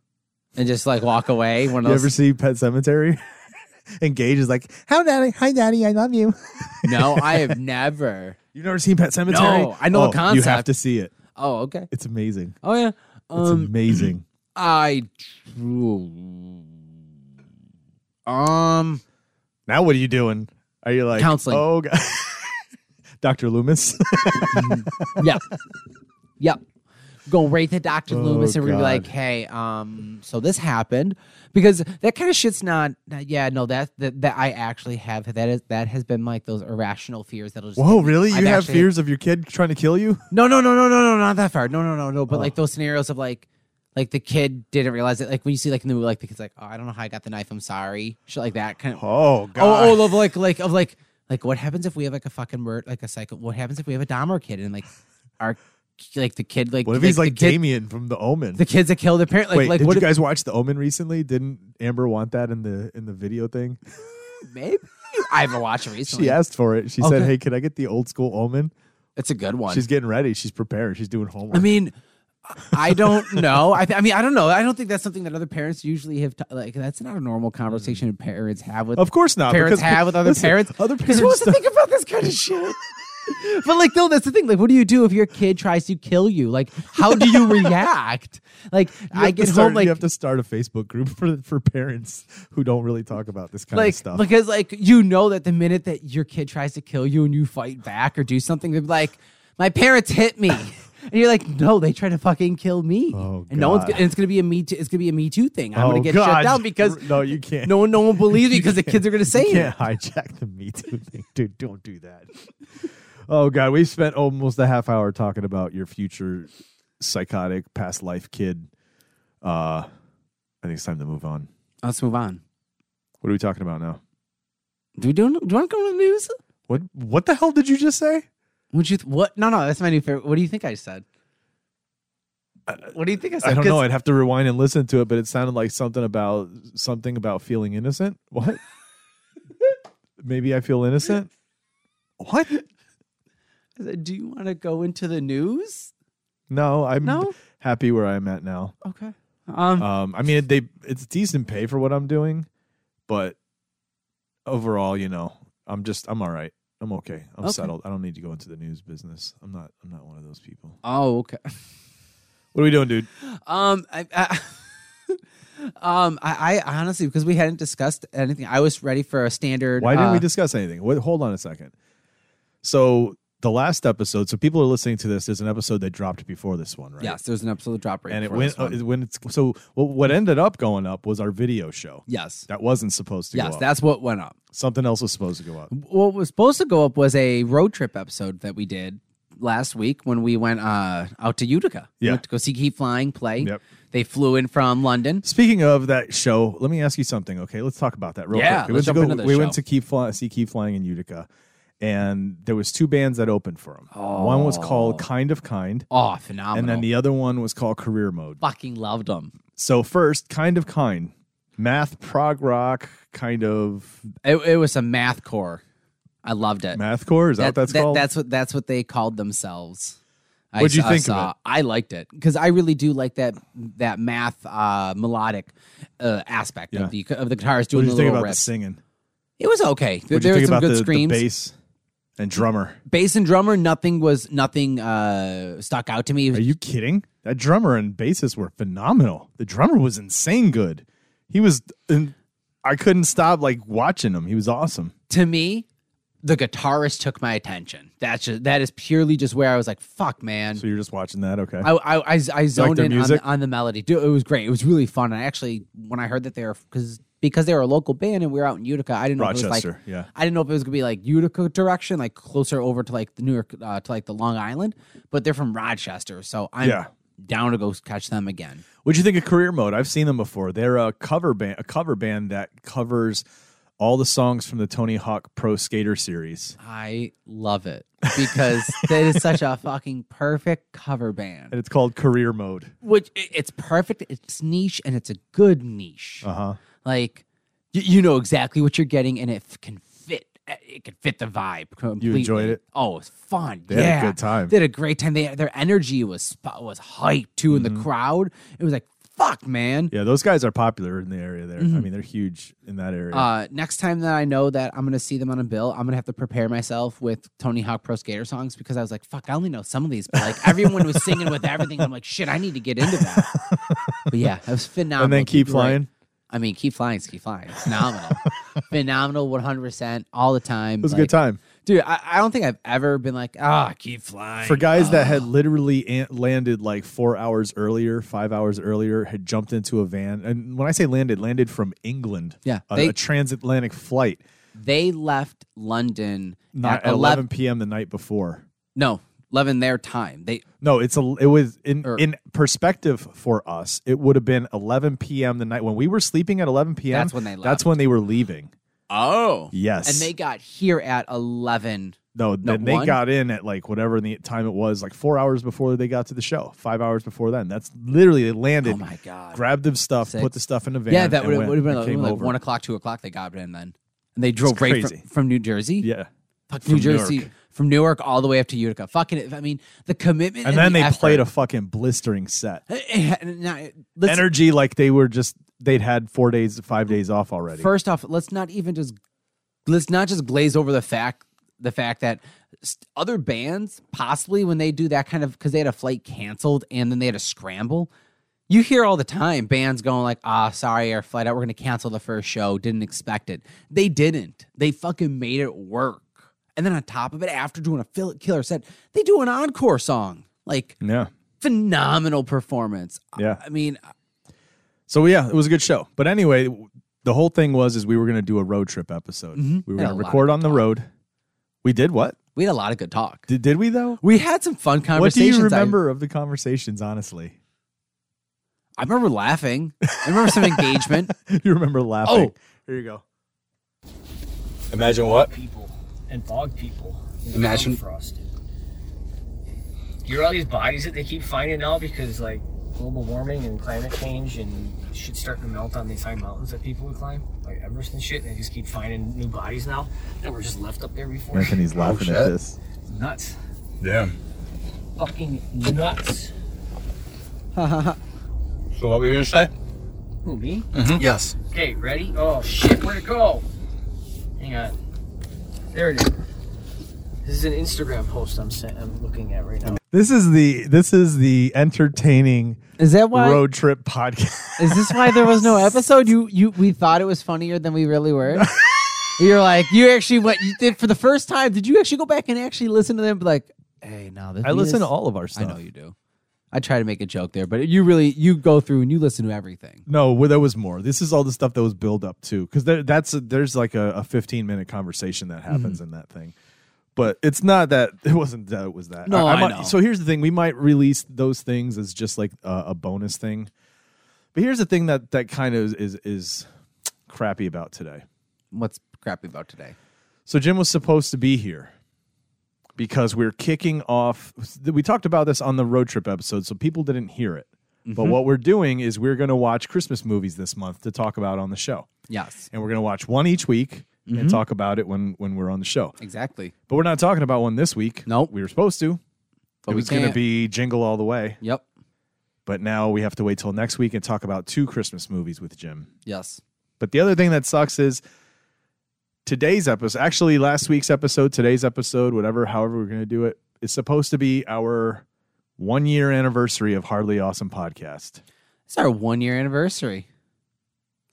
Speaker 2: And just like walk away. One
Speaker 1: You
Speaker 2: of
Speaker 1: ever
Speaker 2: those.
Speaker 1: see Pet Cemetery? and Gage is like, "How daddy, hi daddy, I love you."
Speaker 2: No, I have never.
Speaker 1: You've never seen Pet Cemetery? Oh,
Speaker 2: No, I know the
Speaker 1: You have
Speaker 2: concept.
Speaker 1: to see it.
Speaker 2: Oh, okay.
Speaker 1: It's amazing.
Speaker 2: Oh yeah.
Speaker 1: It's
Speaker 2: Um,
Speaker 1: amazing.
Speaker 2: I. Um.
Speaker 1: Now what are you doing? Are you like
Speaker 2: Counseling.
Speaker 1: Oh, God. Doctor Loomis.
Speaker 2: Yep. yep. Go right to Dr.
Speaker 1: Oh,
Speaker 2: Loomis and we'd be
Speaker 1: God.
Speaker 2: like, hey, um, so this happened. Because that kind of shit's not, not- yeah, no, that, that that I actually have that is that has been like those irrational fears that'll just
Speaker 1: Whoa,
Speaker 2: get me.
Speaker 1: really? You
Speaker 2: I've
Speaker 1: have
Speaker 2: actually-
Speaker 1: fears of your kid trying to kill you?
Speaker 2: No, no, no, no, no, no, not that far. No, no, no, no.
Speaker 1: Oh.
Speaker 2: But like those scenarios of like like the kid didn't realize it. Like when you see like in the movie, like the kid's like, Oh, I don't know how I got the knife, I'm sorry. Shit like that kind of
Speaker 1: Oh
Speaker 2: Oh, oh, of like, like, of like, like, what happens if we have like a fucking murder, like a psycho? What happens if we have a Dahmer kid and like our, like the kid, like,
Speaker 1: what if he's like
Speaker 2: the, kid,
Speaker 1: Damien from The Omen?
Speaker 2: the kids that killed their parent? Like,
Speaker 1: Wait,
Speaker 2: like
Speaker 1: did
Speaker 2: what
Speaker 1: you
Speaker 2: if,
Speaker 1: guys watch The Omen recently? Didn't Amber want that in the in the video thing?
Speaker 2: maybe I haven't watched it recently.
Speaker 1: She asked for it. She said,
Speaker 2: Okay.
Speaker 1: "Hey, can I get the old school Omen?"
Speaker 2: it's a good one.
Speaker 1: She's getting ready. She's preparing. She's doing homework.
Speaker 2: I mean, I don't know. I, th- I mean, I don't know. I don't think that's something that other parents usually have. T- like, that's not a normal conversation parents have with
Speaker 1: Mm. of course not.
Speaker 2: parents
Speaker 1: Uh, because
Speaker 2: have with other
Speaker 1: listen,
Speaker 2: parents.
Speaker 1: Other
Speaker 2: 'Cause
Speaker 1: parents.
Speaker 2: Who wants to
Speaker 1: don't-
Speaker 2: think about this kind of shit? but like, no, that's the thing. Like, what do you do if your kid tries to kill you? Like, how do you react? Like,
Speaker 1: You
Speaker 2: I
Speaker 1: have to
Speaker 2: get
Speaker 1: start-
Speaker 2: home like.
Speaker 1: you have to start a Facebook group for for parents who don't really talk about this kind
Speaker 2: Like,
Speaker 1: of stuff.
Speaker 2: because like you know that the minute that your kid tries to kill you and you fight back or do something, they're like, "My parents hit me," and you're like, "No, they try to fucking kill me."
Speaker 1: Oh,
Speaker 2: and no one's
Speaker 1: God.
Speaker 2: go- and it's gonna be a me too. It's gonna be a me too thing. I'm
Speaker 1: Oh,
Speaker 2: gonna get
Speaker 1: God.
Speaker 2: shut down because
Speaker 1: no, you can't.
Speaker 2: no one no one believes me because the kids are gonna say
Speaker 1: you can't
Speaker 2: it.
Speaker 1: hijack the Me Too thing, dude. Don't do that. Oh God, we've spent almost a half hour talking about your future psychotic past life kid. Uh, I think it's time to move on.
Speaker 2: Let's move on.
Speaker 1: What are we talking about now?
Speaker 2: Do we do? Do you want to go to the news?
Speaker 1: What What the hell did you just say?
Speaker 2: Would you? Th- what? No, no. That's my new favorite. What do you think I said? What do you think I said?
Speaker 1: I don't
Speaker 2: 'Cause-
Speaker 1: know. I'd have to rewind and listen to it, but it sounded like something about something about feeling innocent. What? Maybe I feel innocent. What?
Speaker 2: I said, uh, do you want to go into the news?
Speaker 1: No, I'm
Speaker 2: No?
Speaker 1: happy where I'm at now.
Speaker 2: Okay. Um.
Speaker 1: Um, I mean, they it's decent pay for what I'm doing, but overall, you know, I'm just I'm all right. I'm okay. I'm
Speaker 2: Okay.
Speaker 1: settled. I don't need to go into the news business. I'm not. I'm not one of those people.
Speaker 2: oh, okay.
Speaker 1: What are we doing, dude?
Speaker 2: Um. I. I Um, I, I honestly, because we hadn't discussed anything, I was ready for a standard.
Speaker 1: Why didn't
Speaker 2: uh,
Speaker 1: we discuss anything? Wait, hold on a second. So the last episode. So people are listening to this. There's an episode that dropped before this one, right?
Speaker 2: Yes, there's an absolute drop rate.
Speaker 1: And it
Speaker 2: for this
Speaker 1: went uh,
Speaker 2: one.
Speaker 1: it- when it's so. What, what ended up going up was our video show.
Speaker 2: yes,
Speaker 1: That wasn't supposed to
Speaker 2: yes,
Speaker 1: go up.
Speaker 2: that's what went up.
Speaker 1: Something else was supposed to go up.
Speaker 2: what was supposed to go up was a road trip episode that we did last week when we went uh, out to Utica. We
Speaker 1: Yeah.
Speaker 2: went to go see Keep Flying play.
Speaker 1: Yep.
Speaker 2: They flew in from London.
Speaker 1: Speaking of that show, let me ask you something. Okay, let's talk about that real
Speaker 2: Yeah,
Speaker 1: quick. We went
Speaker 2: let's jump
Speaker 1: to
Speaker 2: into the
Speaker 1: we
Speaker 2: show.
Speaker 1: went to keep fly, see keep flying in Utica, and there was two bands that opened for them. One was called Kind of Kind,
Speaker 2: Oh, phenomenal!
Speaker 1: and then the other one was called Career Mode.
Speaker 2: fucking loved them.
Speaker 1: So first, Kind of Kind, math prog rock kind of
Speaker 2: It, it was a math core. I loved it.
Speaker 1: mathcore. Is that, what that's
Speaker 2: that-
Speaker 1: called?
Speaker 2: That's what that's what they called themselves. I
Speaker 1: What'd you
Speaker 2: s- I
Speaker 1: think of
Speaker 2: saw-
Speaker 1: it?
Speaker 2: I liked it because I really do like that that math uh, melodic uh, aspect
Speaker 1: Yeah.
Speaker 2: of the of the guitars
Speaker 1: what
Speaker 2: doing
Speaker 1: did you
Speaker 2: the
Speaker 1: think
Speaker 2: little
Speaker 1: about the
Speaker 2: riffs.
Speaker 1: singing?
Speaker 2: It was okay.
Speaker 1: What did
Speaker 2: there
Speaker 1: you
Speaker 2: were
Speaker 1: think
Speaker 2: some
Speaker 1: about
Speaker 2: good
Speaker 1: the, the
Speaker 2: screams.
Speaker 1: bass and drummer?
Speaker 2: bass and drummer nothing was nothing uh stuck out to me
Speaker 1: Are you kidding? That drummer and bassist were phenomenal. The drummer was insane good. He was, and I couldn't stop like watching him. He was awesome.
Speaker 2: to me the guitarist took my attention that's just, that is purely just where i was like fuck man
Speaker 1: So you're just watching that, okay?
Speaker 2: I, I, I, I zoned
Speaker 1: their
Speaker 2: in on
Speaker 1: music?
Speaker 2: the, on the melody. Dude, it was great. It was really fun. And I actually, when I heard that they were because because they were a local band and we were out in Utica, I didn't know if it was
Speaker 1: Rochester,
Speaker 2: like
Speaker 1: yeah.
Speaker 2: I didn't know if it was gonna be like Utica direction, like closer over to like the New York uh, to like the Long Island. But they're from Rochester, so I'm
Speaker 1: Yeah.
Speaker 2: down to go catch them again.
Speaker 1: What'd you think of Career Mode? I've seen them before. They're a cover band, a cover band that covers all the songs from the Tony Hawk Pro Skater series.
Speaker 2: I love it because that is such a fucking perfect cover band.
Speaker 1: And it's called Career Mode.
Speaker 2: Which i- it's perfect, it's niche, and it's a good niche.
Speaker 1: Uh-huh.
Speaker 2: Like y- you know exactly what you're getting, and it f- can fit. eh, It can fit the vibe. Completely.
Speaker 1: enjoyed it?
Speaker 2: Oh, it's fun.
Speaker 1: They
Speaker 2: yeah,
Speaker 1: had a good time. Mm-hmm.
Speaker 2: They had a great time. They their energy was sp- was hype too in the crowd. It was like fuck, man.
Speaker 1: Yeah, those guys are popular in the area there. I mean, they're huge in that area.
Speaker 2: Mm-hmm. Uh, next time that I know that I'm gonna see them on a bill, I'm gonna have to prepare myself with Tony Hawk Pro Skater songs because I was like, "Fuck, I only know some of these." But like everyone was singing with everything, I'm like, "Shit, I need to get into that." but yeah, it was phenomenal.
Speaker 1: and then keep
Speaker 2: You're right.
Speaker 1: flying.
Speaker 2: I mean, keep flying, keep flying. It's phenomenal, phenomenal, 100 percent all the time.
Speaker 1: It was a good time
Speaker 2: dude. I, I don't think I've ever been like, ah, keep flying ah."
Speaker 1: for guys
Speaker 2: uh,
Speaker 1: that had literally ant- landed like four hours earlier, five hours earlier, had jumped into a van. And when I say landed, landed from England.
Speaker 2: Yeah,
Speaker 1: a,
Speaker 2: they-
Speaker 1: a transatlantic flight.
Speaker 2: They left London
Speaker 1: Not at 11 p.m. the night before.
Speaker 2: No, 11 their time. They
Speaker 1: No, it's a. It was in
Speaker 2: Or-
Speaker 1: in perspective for us. It would have been 11 p.m. the night when we were sleeping at 11 p.m.
Speaker 2: That's when they
Speaker 1: That's when they were leaving.
Speaker 2: oh
Speaker 1: Yes,
Speaker 2: and they got here at 11.
Speaker 1: no. Then they
Speaker 2: one?
Speaker 1: got in at like whatever the time it was, like four hours before they got to the show. Five hours before then. That's literally they landed.
Speaker 2: Oh my god!
Speaker 1: Grabbed the stuff,
Speaker 2: Six.
Speaker 1: put the stuff in the van.
Speaker 2: yeah, that
Speaker 1: and
Speaker 2: would
Speaker 1: went
Speaker 2: would have been
Speaker 1: and
Speaker 2: like,
Speaker 1: came
Speaker 2: like
Speaker 1: over.
Speaker 2: one o'clock, two o'clock. They got in then, and they drove right from,
Speaker 1: crazy.
Speaker 2: from New Jersey.
Speaker 1: Yeah,
Speaker 2: Fuck,
Speaker 1: from
Speaker 2: New Jersey
Speaker 1: Newark.
Speaker 2: from Newark all the way up to Utica. Fucking, I mean, the commitment.
Speaker 1: and then
Speaker 2: the
Speaker 1: they
Speaker 2: effort.
Speaker 1: played a fucking blistering set.
Speaker 2: And now, let's-
Speaker 1: Energy like they were just they'd had four days, five days off already.
Speaker 2: First off, let's not even just let's not just glaze over the fact the fact that st- other bands possibly when they do that kind of because they had a flight canceled and then they had a scramble. You hear all the time bands going like, "Ah, sorry, our flight out. We're going to cancel the first show. Didn't expect it. They didn't. They fucking made it work. And then on top of it, after doing a fill- killer set, they do an encore song. Like
Speaker 1: yeah.
Speaker 2: phenomenal performance. I-
Speaker 1: Yeah.
Speaker 2: I mean,
Speaker 1: So yeah, it was a good show. But anyway, w- the whole thing was is we were going to do a road trip episode. We were
Speaker 2: Mm-hmm. Had
Speaker 1: going to
Speaker 2: a lot
Speaker 1: record on the road. We did what?
Speaker 2: we had a lot of good talk.
Speaker 1: Did, did we though?
Speaker 2: We had some fun
Speaker 1: What do
Speaker 2: conversations.
Speaker 1: you
Speaker 2: I-
Speaker 1: remember of the conversations? Honestly,
Speaker 2: I remember laughing. I remember some engagement.
Speaker 1: you remember laughing.
Speaker 2: Oh.
Speaker 1: here you go.
Speaker 3: Imagine what? People and bog people. in the
Speaker 2: Imagine-
Speaker 3: permafrost. You hear all these bodies that they keep finding now because like global warming and climate change and shit's starting to melt on these high mountains that people would climb, like Everest and shit. And they just keep finding new bodies now that were just left up there before.
Speaker 1: Anthony's laughing at this.
Speaker 3: nuts,
Speaker 4: Damn.
Speaker 3: fucking nuts.
Speaker 4: So what were you gonna say?
Speaker 3: Who me?
Speaker 5: Yes.
Speaker 3: Okay, ready? Oh shit, where'd it go? Hang on. There it is. This is an Instagram post I'm sent, I'm looking at right now.
Speaker 1: This is the this is the entertaining
Speaker 2: Is that why?
Speaker 1: road trip podcast.
Speaker 2: Is this why there was no episode? You you we thought it was funnier than we really were. You're like you actually went you did for the first time. Did you actually go back and actually listen to them? and be Like, hey, no, this
Speaker 1: I listen
Speaker 2: this-
Speaker 1: to all of our
Speaker 2: I
Speaker 1: stuff.
Speaker 2: know you do. I try to make a joke there, but you really you go through and you listen to everything.
Speaker 1: No, well, there was more. This is all the stuff that was built up to because there, that's a, there's like a, a 15 minute conversation that happens in that thing, but it's not that it wasn't that it was that.
Speaker 2: No, I
Speaker 1: might-
Speaker 2: know.
Speaker 1: So here's the thing: we might release those things as just like a, a bonus thing, but here's the thing that that kind of is is crappy about today.
Speaker 2: What's crappy about today?
Speaker 1: So Jim was supposed to be here because we're kicking off. We talked about this on the road trip episode, so people didn't hear it. But
Speaker 2: Mm-hmm.
Speaker 1: what we're doing is we're going to watch Christmas movies this month to talk about on the show,
Speaker 2: Yes,
Speaker 1: and we're going to watch one each week
Speaker 2: Mm-hmm.
Speaker 1: and talk about it when when we're on the show.
Speaker 2: exactly.
Speaker 1: But we're not talking about one this week.
Speaker 2: Nope.
Speaker 1: we were supposed to.
Speaker 2: But
Speaker 1: it
Speaker 2: we
Speaker 1: was going to
Speaker 2: can't.
Speaker 1: be Jingle All the Way,
Speaker 2: Yep.
Speaker 1: but now we have to wait till next week and talk about two Christmas movies with Jim.
Speaker 2: Yes.
Speaker 1: But the other thing that sucks is today's episode, actually last week's episode, today's episode, whatever, however we're going to do it, is supposed to be our one year anniversary of Hardly Awesome podcast.
Speaker 2: It's our one year anniversary.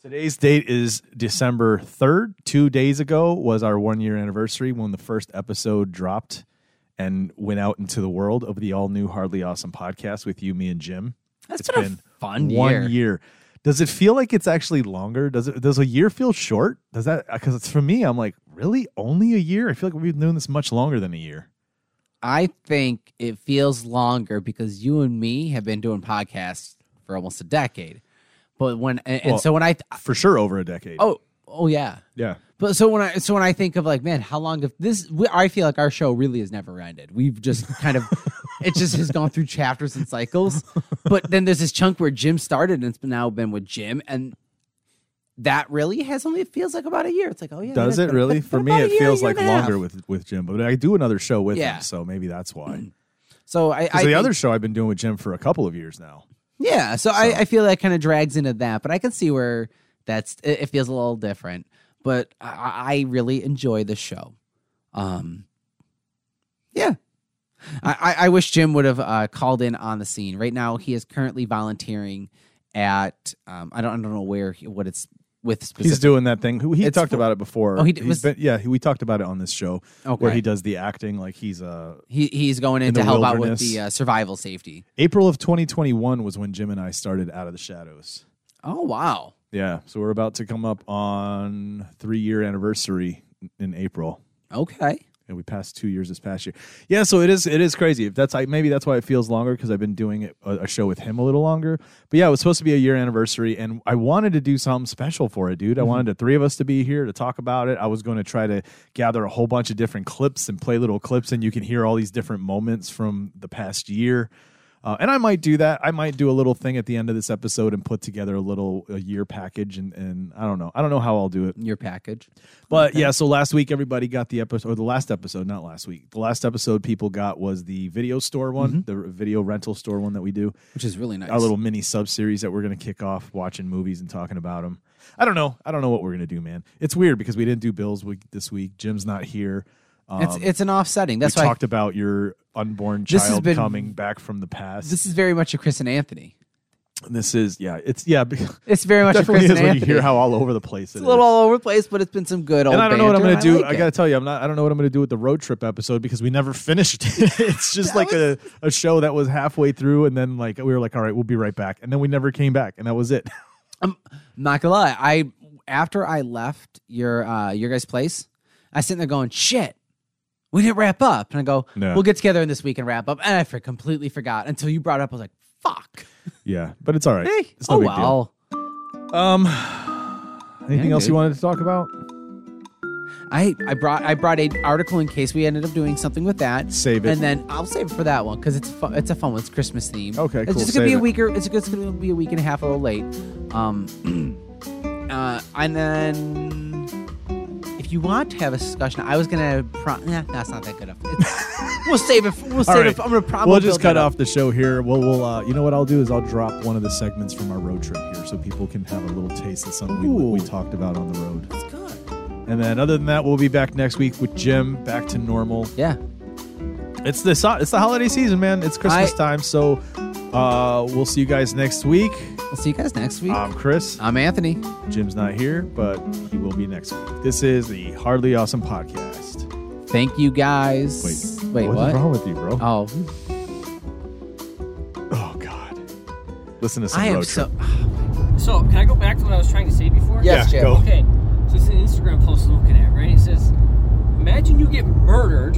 Speaker 1: Today's date is December 3rd. Two days ago was our one year anniversary when the first episode dropped and went out into the world of the all new Hardly Awesome podcast with you, me, and Jim.
Speaker 2: That's
Speaker 1: It's
Speaker 2: been,
Speaker 1: been
Speaker 2: a fun
Speaker 1: one
Speaker 2: year.
Speaker 1: year. Does it feel like it's actually longer? Does it? Does a year feel short? Does that? Because it's for me, I'm like, really, only a year? I feel like we've been doing this much longer than a year.
Speaker 2: I think it feels longer because you and me have been doing podcasts for almost a decade. But when and, and
Speaker 1: Well-
Speaker 2: so when I
Speaker 1: For sure, over a decade.
Speaker 2: oh oh yeah.
Speaker 1: yeah,
Speaker 2: But so when I so when I think of like man, how long have this? We, I feel like our show really has never ended. We've just kind of it just has gone through chapters and cycles. But then there's this chunk where Jim started and it's been- now been with Jim and. That really has only it feels like about a year. It's like oh yeah.
Speaker 1: does
Speaker 2: that's
Speaker 1: it
Speaker 2: been-
Speaker 1: really?
Speaker 2: that's
Speaker 1: For
Speaker 2: been
Speaker 1: me,
Speaker 2: about a
Speaker 1: it
Speaker 2: year,
Speaker 1: feels
Speaker 2: year
Speaker 1: like
Speaker 2: and a half.
Speaker 1: longer with with Jim, but I do another show with
Speaker 2: Yeah.
Speaker 1: him, so maybe that's why.
Speaker 2: So I, I
Speaker 1: So the
Speaker 2: think-
Speaker 1: other show I've been doing with Jim for a couple of years now.
Speaker 2: Yeah, so, I, I feel that kind of drags into that, but I can see where that's it, it feels a little different. But I- I, I really enjoy the show. Um, yeah, I, I, I wish Jim would have uh, called in on the scene. Right now, he is currently volunteering at um, I don't I don't know where he, what it's with specific.
Speaker 1: He's doing that thing. He
Speaker 2: It's
Speaker 1: talked
Speaker 2: for-
Speaker 1: about it before.
Speaker 2: Oh, he
Speaker 1: He's
Speaker 2: did- was-
Speaker 1: been- yeah, he- we talked about it on this show where
Speaker 2: Okay.
Speaker 1: he does the acting like he's uh
Speaker 2: he, he's going in,
Speaker 1: in
Speaker 2: to
Speaker 1: the
Speaker 2: help out with
Speaker 1: wilderness.
Speaker 2: the uh, survival safety.
Speaker 1: April of 2021 was when Jim and I started Out of the Shadows.
Speaker 2: Oh wow,
Speaker 1: Yeah, so we're about to come up on 3 year anniversary in April.
Speaker 2: okay,
Speaker 1: and we passed two years this past year. Yeah, so it is it is crazy. If that's like maybe that's why it feels longer because I've been doing it, uh, a, a show with him a little longer. But yeah, it was supposed to be a year anniversary, and I wanted to do something special for it, dude. I wanted the three of us to be here to talk about it. I was going to try to gather a whole bunch of different clips and play little clips, and you can hear all these different moments from the past year. Uh, and I might do that. I might do a little thing at the end of this episode and put together a little a year package. And, and I don't know. I don't know how I'll do it.
Speaker 2: your package.
Speaker 1: But yeah, so last week everybody got the episode, or the last episode, not last week. The last episode people got was the video store one, the video rental store one that we do,
Speaker 2: Mm-hmm. Which is really nice.
Speaker 1: our little mini sub series that we're going to kick off watching movies and talking about them. I don't know. I don't know what we're going to do, man. It's weird because we didn't do Bills week this week. Jim's not here. Um,
Speaker 2: it's it's an offsetting. That's
Speaker 1: we
Speaker 2: why I-
Speaker 1: talked about your unborn
Speaker 2: This has
Speaker 1: child
Speaker 2: been-
Speaker 1: coming back from the past.
Speaker 2: this is very much a Chris and Anthony.
Speaker 1: this is yeah, it's yeah, be-
Speaker 2: It's very much a Chris
Speaker 1: definitely is
Speaker 2: and
Speaker 1: when
Speaker 2: Anthony.
Speaker 1: you hear how all over the place it
Speaker 2: it's
Speaker 1: is.
Speaker 2: a little all over the place, but it's been some good old.
Speaker 1: and I don't know what I'm
Speaker 2: banter,
Speaker 1: gonna do.
Speaker 2: like
Speaker 1: I,
Speaker 2: it.
Speaker 1: gotta tell you, I'm not. I don't know what I'm gonna do with the road trip episode because we never finished it. it's just
Speaker 2: That
Speaker 1: like
Speaker 2: was-
Speaker 1: a, a show that was halfway through, and then like we were like, all right, we'll be right back, and then we never came back, and that was it.
Speaker 2: I'm I'm not gonna lie. I after I left your uh your guys' place, I sitting there going, "Shit, we didn't wrap up." And I go,
Speaker 1: No.
Speaker 2: "We'll get together in this week and wrap up." And I for, completely forgot until you brought it up. I was like, "Fuck."
Speaker 1: yeah, but it's all right.
Speaker 2: Hey,
Speaker 1: it's no
Speaker 2: oh
Speaker 1: big
Speaker 2: well.
Speaker 1: deal. Um, anything
Speaker 2: Yeah,
Speaker 1: else you
Speaker 2: dude.
Speaker 1: wanted to talk about?
Speaker 2: I I brought I brought an article in case we ended up doing something with that.
Speaker 1: Save it.
Speaker 2: and then I'll save it for that one because it's fun, it's a fun one. It's Christmas themed.
Speaker 1: Okay,
Speaker 2: it's
Speaker 1: cool,
Speaker 2: just gonna be
Speaker 1: save it.
Speaker 2: a weaker. It's, it's gonna be a week and a half a little late. Um, uh, and then if you want to have a discussion, I was gonna. Pro- nah, that's not that good. Of, it's- we'll save it. For, we'll save
Speaker 1: All right.
Speaker 2: it. For, I'm gonna probably
Speaker 1: we'll just cut off the show here. We'll, we'll uh, you know what I'll do is I'll drop one of the segments from our road trip here, so people can have a little taste of something we, we
Speaker 2: Ooh.
Speaker 1: talked about on the road.
Speaker 2: It's good.
Speaker 1: And then other than that, we'll be back next week with Jim back to normal.
Speaker 2: Yeah.
Speaker 1: It's the so- it's the holiday season, man. It's Christmas
Speaker 2: I-
Speaker 1: time, so uh, we'll see you guys next week.
Speaker 2: We'll see you guys next week.
Speaker 1: I'm Chris.
Speaker 2: I'm Anthony.
Speaker 1: Jim's not here, but he will be next week. This is the Hardly Awesome podcast.
Speaker 2: Thank you guys.
Speaker 1: Wait,
Speaker 2: Wait.
Speaker 1: what's
Speaker 2: What?
Speaker 1: wrong with you, bro?
Speaker 2: Oh,
Speaker 1: oh God! Listen to some
Speaker 2: I am
Speaker 1: road
Speaker 2: so.
Speaker 1: trip.
Speaker 3: So, can I go back to what I was trying to say before?
Speaker 2: Yes,
Speaker 4: Yeah,
Speaker 2: Jim.
Speaker 4: go.
Speaker 3: Okay, so it's an Instagram post I'm looking at, right? It says, "Imagine you get murdered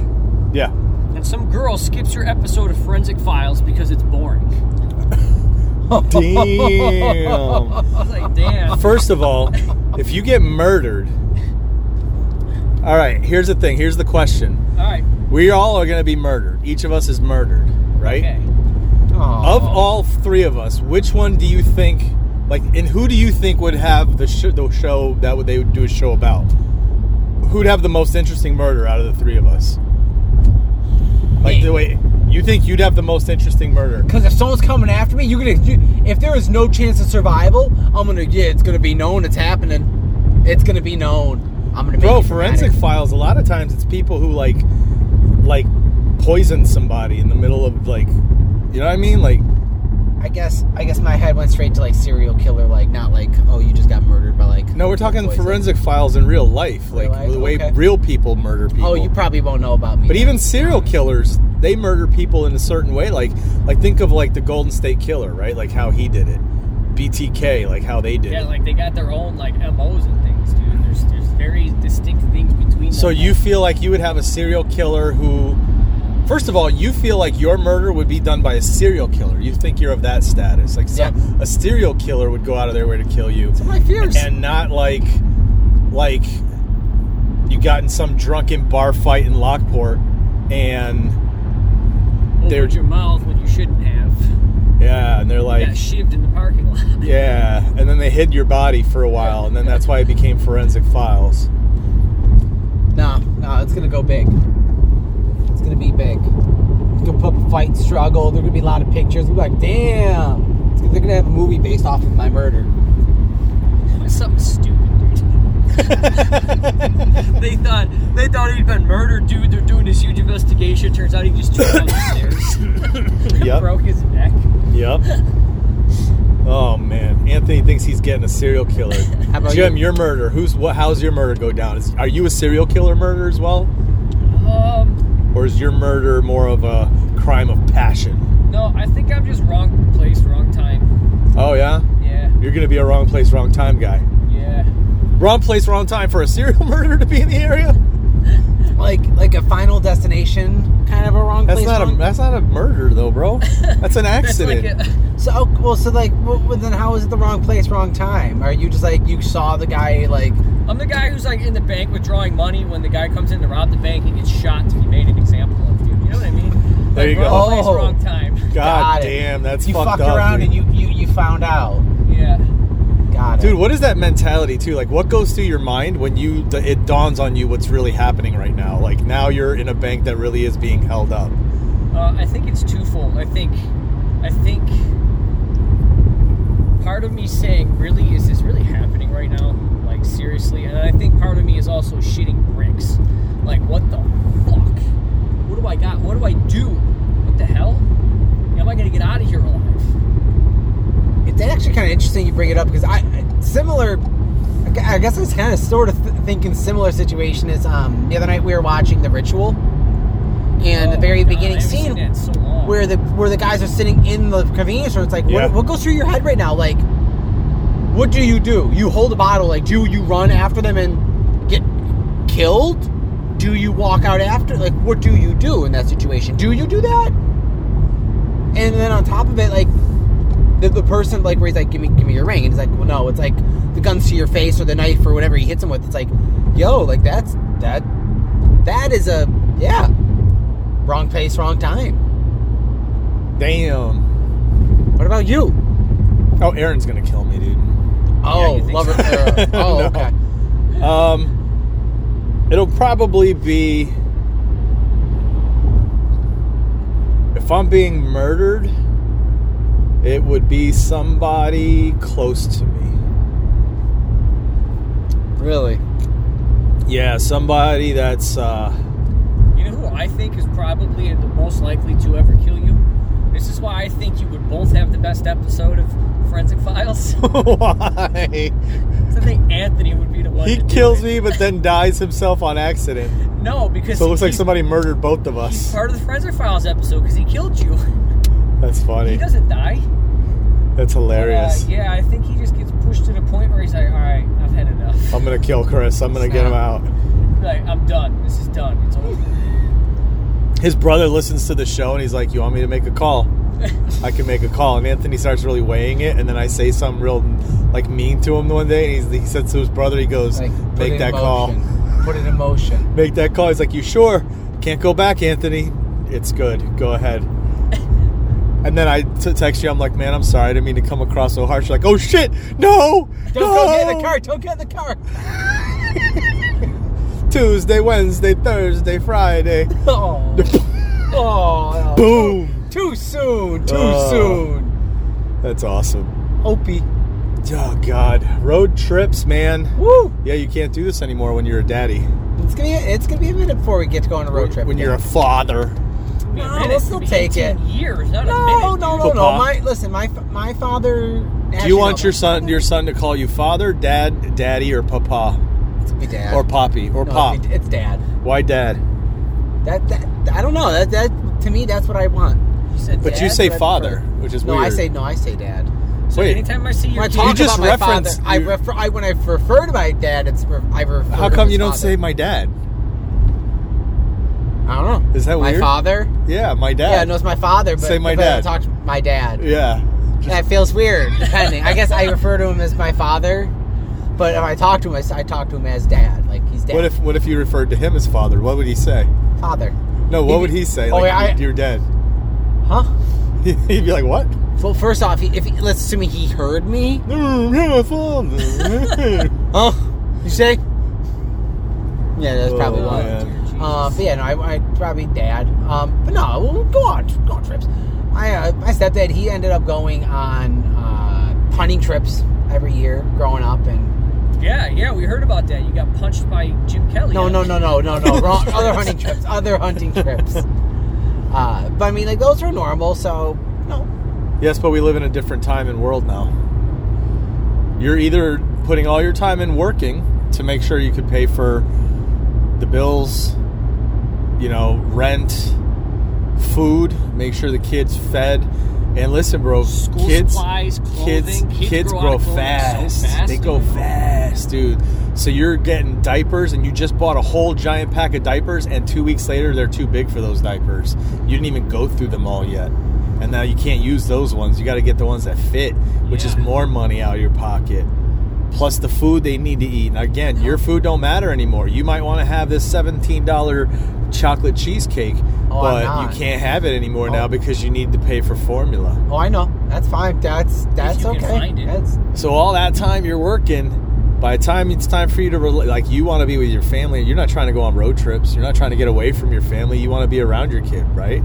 Speaker 4: Yeah.
Speaker 3: and some girl skips your episode of Forensic Files because it's boring."
Speaker 4: Damn.
Speaker 3: I was like, "Damn."
Speaker 4: First of all, if you get murdered, all right. Here's the thing. Here's the question.
Speaker 3: All right.
Speaker 4: We all are going to be murdered. Each of us is murdered, right?
Speaker 3: Okay.
Speaker 4: Of all three of us, which one do you think? Like, and who do you think would have the sh- the show that would they would do a show about? Who'd have the most interesting murder out of the three of us? Like,
Speaker 3: Me.
Speaker 4: the way you think you'd have the most interesting murder?
Speaker 6: Because if someone's coming after me, you're gonna. You, if there is no chance of survival, I'm gonna. Yeah, it's gonna be known. It's happening. It's gonna be known. I'm gonna.
Speaker 4: Bro,
Speaker 6: make it dramatic.
Speaker 4: forensic files. A lot of times, it's people who like, like, poison somebody in the middle of like, you know what I mean? Like,
Speaker 6: I guess. I guess my head went straight to like serial killer. Like not like oh you just got murdered by like.
Speaker 4: no, we're talking
Speaker 6: poison.
Speaker 4: forensic files in real life, like
Speaker 6: Real life,
Speaker 4: the way
Speaker 6: okay.
Speaker 4: real people murder people.
Speaker 6: Oh, you probably won't know about me.
Speaker 4: But even serial killers, they murder people in a certain way. Like, like think of like the Golden State Killer, right? Like how he did it. BTK, like how they did
Speaker 3: Yeah,
Speaker 4: it.
Speaker 3: like they got their own like MOs and things, dude. There's there's very distinct things between.
Speaker 4: so
Speaker 3: them.
Speaker 4: you feel like you would have a serial killer who, first of all, you feel like your murder would be done by a serial killer. You think you're of that status. Like some, a serial killer would go out of their way to kill you,
Speaker 6: my fears.
Speaker 4: and not like, like you got in some drunken bar fight in Lockport, and they're-
Speaker 3: opened your mouth when you shouldn't have.
Speaker 4: yeah, and they're like.
Speaker 3: got shivved in the parking lot.
Speaker 4: Yeah, and then they hid your body for a while, and then that's why it became forensic files.
Speaker 6: Nah, nah, it's gonna go big. It's gonna be big. It's gonna put up a fight struggle. There's gonna be a lot of pictures. We're like, damn,
Speaker 2: They're gonna have a movie based off of my murder.
Speaker 3: It's something stupid, dude. they thought they thought he'd been murdered, dude. They're doing this huge investigation. Turns out he just tripped down the stairs.
Speaker 1: Yep.
Speaker 3: Broke his neck.
Speaker 1: Yep. Oh man, Anthony thinks he's getting a serial killer.
Speaker 2: How about
Speaker 1: Jim,
Speaker 2: you?
Speaker 1: your murder. Who's what? How's your murder go down? Is, are you a serial killer murderer as well,
Speaker 3: Um,
Speaker 1: or is your murder more of a crime of passion?
Speaker 3: no, I think I'm just wrong place, wrong time.
Speaker 1: Oh yeah,
Speaker 3: Yeah,
Speaker 1: you're gonna be a wrong place, wrong time guy.
Speaker 3: yeah.
Speaker 1: Wrong place, wrong time for a serial murderer to be in the area.
Speaker 2: Like like a final destination kind of a wrong
Speaker 1: That's
Speaker 2: place.
Speaker 1: not a
Speaker 2: wrong-
Speaker 1: that's not a murder though, bro. That's an
Speaker 3: That's
Speaker 1: accident.
Speaker 3: like a,
Speaker 2: So oh, well, so like, well, well, then how is it the wrong place, wrong time? Are you just like you saw the guy like?
Speaker 3: uh, I'm the guy who's like in the bank withdrawing money. When the guy comes in to rob the bank, he gets shot to be made an example of, dude. You know what I mean?
Speaker 1: There
Speaker 3: like,
Speaker 1: you go.
Speaker 3: Wrong place,
Speaker 2: Oh.
Speaker 3: wrong time.
Speaker 1: God
Speaker 2: got it.
Speaker 1: damn, that's
Speaker 2: you
Speaker 1: fucked
Speaker 2: fucked
Speaker 1: up,
Speaker 2: around
Speaker 1: dude.
Speaker 2: and you, you you found out.
Speaker 3: Yeah.
Speaker 2: Got it,
Speaker 1: Dude, what is that mentality too? Like, what goes through your mind when you d- it dawns on you what's really happening right now? Like, now you're in a bank that really is being held up.
Speaker 3: Uh, I think it's twofold. I think, I think, part of me saying, "Really, is this really happening right now? Like seriously?" And I think part of me is also shitting bricks. Like, what the fuck? What do I got? What do I do? What the hell? Am I gonna get out of here alive?
Speaker 2: It's actually kind of interesting you bring it up because I I- similar. I gu- I guess I was kind of sort of th- thinking similar situation is um the other night we were watching The Ritual, and
Speaker 3: Oh
Speaker 2: the
Speaker 3: my
Speaker 2: very
Speaker 3: God,
Speaker 2: beginning
Speaker 3: I haven't
Speaker 2: scene
Speaker 3: seen that in so long.
Speaker 2: where the where the guys are sitting in the convenience store. It's like,
Speaker 1: Yeah.
Speaker 2: what, what goes through your head right now? Like, what do you do? You hold a bottle. Like, do you run after them and get killed? Do you walk out after? Like, what do you do in that situation? Do you do that? And then on top of it, like the, the person like where he's like, give me give me your ring, and he's like, well, no, it's like the guns to your face or the knife or whatever he hits him with. It's like, yo, like that's that that is a yeah, wrong place, wrong time.
Speaker 1: Damn.
Speaker 2: What about you?
Speaker 1: Oh, Aaron's gonna kill me, dude.
Speaker 2: Oh,
Speaker 3: you think
Speaker 2: lover.
Speaker 3: so?
Speaker 2: uh, oh,
Speaker 1: No.
Speaker 2: okay.
Speaker 1: Um, it'll probably be if I'm being murdered. It would be somebody close to me.
Speaker 2: Really?
Speaker 1: Yeah, somebody that's uh,
Speaker 3: You know who I think is probably the most likely to ever kill you? This is why I think you would both have the best episode of Forensic Files.
Speaker 1: why?
Speaker 3: I think Anthony would be the one.
Speaker 1: He
Speaker 3: to do
Speaker 1: kills
Speaker 3: it.
Speaker 1: me, but then dies himself on accident.
Speaker 3: No, because
Speaker 1: So it looks like
Speaker 3: he's-
Speaker 1: somebody murdered both of
Speaker 3: He's
Speaker 1: us.
Speaker 3: part of the Forensic Files episode because he killed you.
Speaker 1: That's
Speaker 3: He
Speaker 1: funny.
Speaker 3: doesn't die.
Speaker 1: That's
Speaker 3: But, uh,
Speaker 1: hilarious.
Speaker 3: yeah, I think he just gets pushed to the point where he's like, all right, I've had enough.
Speaker 1: I'm gonna kill Chris. I'm gonna get him out.
Speaker 3: like, I'm done. This is done. It's over.
Speaker 1: His brother listens to the show and he's like, "You want me to make a call? I can make a call." And Anthony starts really weighing it, and then I say something real like mean to him one day, and he's, he says to his brother, he goes,
Speaker 2: Like, put it
Speaker 1: "Make
Speaker 2: in
Speaker 1: that call.
Speaker 2: motion. Put it in motion.
Speaker 1: Make that call." He's like, "You sure? Can't go back, Anthony. It's good. Go ahead." And then I t- text you. I'm like, "Man, I'm sorry. I didn't mean to come across so harsh." You're like, "Oh shit! No!
Speaker 2: Don't
Speaker 1: no!
Speaker 2: go get in the car. Don't get in the car.
Speaker 1: Tuesday, Wednesday, Thursday, Friday.
Speaker 2: Oh. oh.
Speaker 1: Boom!
Speaker 2: Too soon. Too
Speaker 1: Oh.
Speaker 2: soon.
Speaker 1: That's awesome.
Speaker 2: Opie.
Speaker 1: Oh God, road trips, man.
Speaker 2: Woo.
Speaker 1: Yeah, you can't do this anymore when you're a daddy.
Speaker 2: It's gonna be it's gonna be a minute before we get to go on a road trip.
Speaker 1: when you're a
Speaker 2: again.
Speaker 1: father.
Speaker 3: I mean,
Speaker 2: No,
Speaker 3: a
Speaker 2: we'll
Speaker 3: minute could
Speaker 2: still
Speaker 3: be
Speaker 2: take
Speaker 3: 18
Speaker 2: it.
Speaker 3: Years, not a
Speaker 2: no,
Speaker 3: minute.
Speaker 2: no, no, no.
Speaker 1: Papa.
Speaker 2: My listen, my f- my father.
Speaker 1: Do
Speaker 2: actually,
Speaker 1: you want
Speaker 2: no,
Speaker 1: your son, your son, to call you father, dad, daddy, or papa,
Speaker 2: It's my dad
Speaker 1: or poppy, or
Speaker 2: No,
Speaker 1: pop?
Speaker 2: It's dad.
Speaker 1: Why dad?
Speaker 2: That that I don't know. That that to me that's what I want.
Speaker 3: You said
Speaker 1: But you
Speaker 3: dad?
Speaker 1: say
Speaker 2: but I prefer-
Speaker 1: father, which is
Speaker 2: No,
Speaker 1: weird.
Speaker 2: I say no. I say dad.
Speaker 3: So
Speaker 1: wait.
Speaker 3: anytime I see
Speaker 2: When
Speaker 3: your
Speaker 2: I
Speaker 3: kid-
Speaker 2: talk
Speaker 1: You just
Speaker 2: about my father,
Speaker 1: referenced-
Speaker 2: I
Speaker 1: you-
Speaker 2: refer. I when I refer to my dad, it's re- I refer.
Speaker 1: How
Speaker 2: to
Speaker 1: come
Speaker 2: his
Speaker 1: you don't
Speaker 2: father.
Speaker 1: say my dad?
Speaker 2: I don't know.
Speaker 1: Is that
Speaker 2: my
Speaker 1: weird?
Speaker 2: father?
Speaker 1: Yeah, my dad.
Speaker 2: Yeah, no, it's my father. But,
Speaker 1: Say my
Speaker 2: but
Speaker 1: dad.
Speaker 2: I talk to my dad.
Speaker 1: Yeah. Just-
Speaker 2: That feels weird. Depending, I guess I refer to him as my father, but if I talk to him, I s- I talk to him as dad. Like he's dad.
Speaker 1: what if what if you referred to him as father? What would he say?
Speaker 2: father?
Speaker 1: No,
Speaker 2: He'd
Speaker 1: what
Speaker 2: be-
Speaker 1: would he say?
Speaker 2: Oh,
Speaker 1: Like,
Speaker 2: yeah, I-
Speaker 1: you're dead.
Speaker 2: Huh?
Speaker 1: He'd be like, what?
Speaker 2: Well, first off, he- if he, let's assume he heard me.
Speaker 1: No, you're my father.
Speaker 2: Huh? You say? Yeah, that's probably
Speaker 1: Oh,
Speaker 2: why.
Speaker 1: man.
Speaker 2: Uh, Um, but yeah, no, I, I probably dad. Um, but no, we'll go on go on trips. I, uh, my stepdad, he ended up going on uh, punting trips every year growing up, and
Speaker 3: Yeah, yeah, we heard about that. You got punched by Jim Kelly.
Speaker 2: no, no, no, no, no, no, wrong, other hunting trips, other hunting trips. Uh, but I mean, like those are normal, so no,
Speaker 1: Yes, but we live in a different time and world now. You're either putting all your time in working to make sure you could pay for the bills, you know, rent, food, make sure the kids fed. And listen, bro,
Speaker 3: School
Speaker 1: kids,
Speaker 3: supplies, clothing.
Speaker 1: kids,
Speaker 3: Kids grow out
Speaker 1: grow,
Speaker 3: of clothing
Speaker 1: fast.
Speaker 3: so fast,
Speaker 1: They go
Speaker 3: dude.
Speaker 1: fast, dude. So you're getting diapers, and you just bought a whole giant pack of diapers, and two weeks later they're too big for those diapers. You didn't even go through them all yet, and now you can't use those ones. You got to get the ones that fit, which is
Speaker 3: Yeah.
Speaker 1: more money out of your pocket. Plus the food they need to eat. And again, your food don't matter anymore. You might want to have this seventeen dollar chocolate cheesecake,
Speaker 2: Oh, I'm
Speaker 1: but
Speaker 2: not.
Speaker 1: you can't have it anymore
Speaker 2: Oh.
Speaker 1: now because you need to pay for formula.
Speaker 2: oh, I know, that's fine, that's that's
Speaker 3: you can
Speaker 2: okay,
Speaker 3: find it.
Speaker 2: that's
Speaker 1: So all that time you're working, by the time it's time for you to rela- like you want to be with your family, you're not trying to go on road trips, you're not trying to get away from your family, you want to be around your kid, right?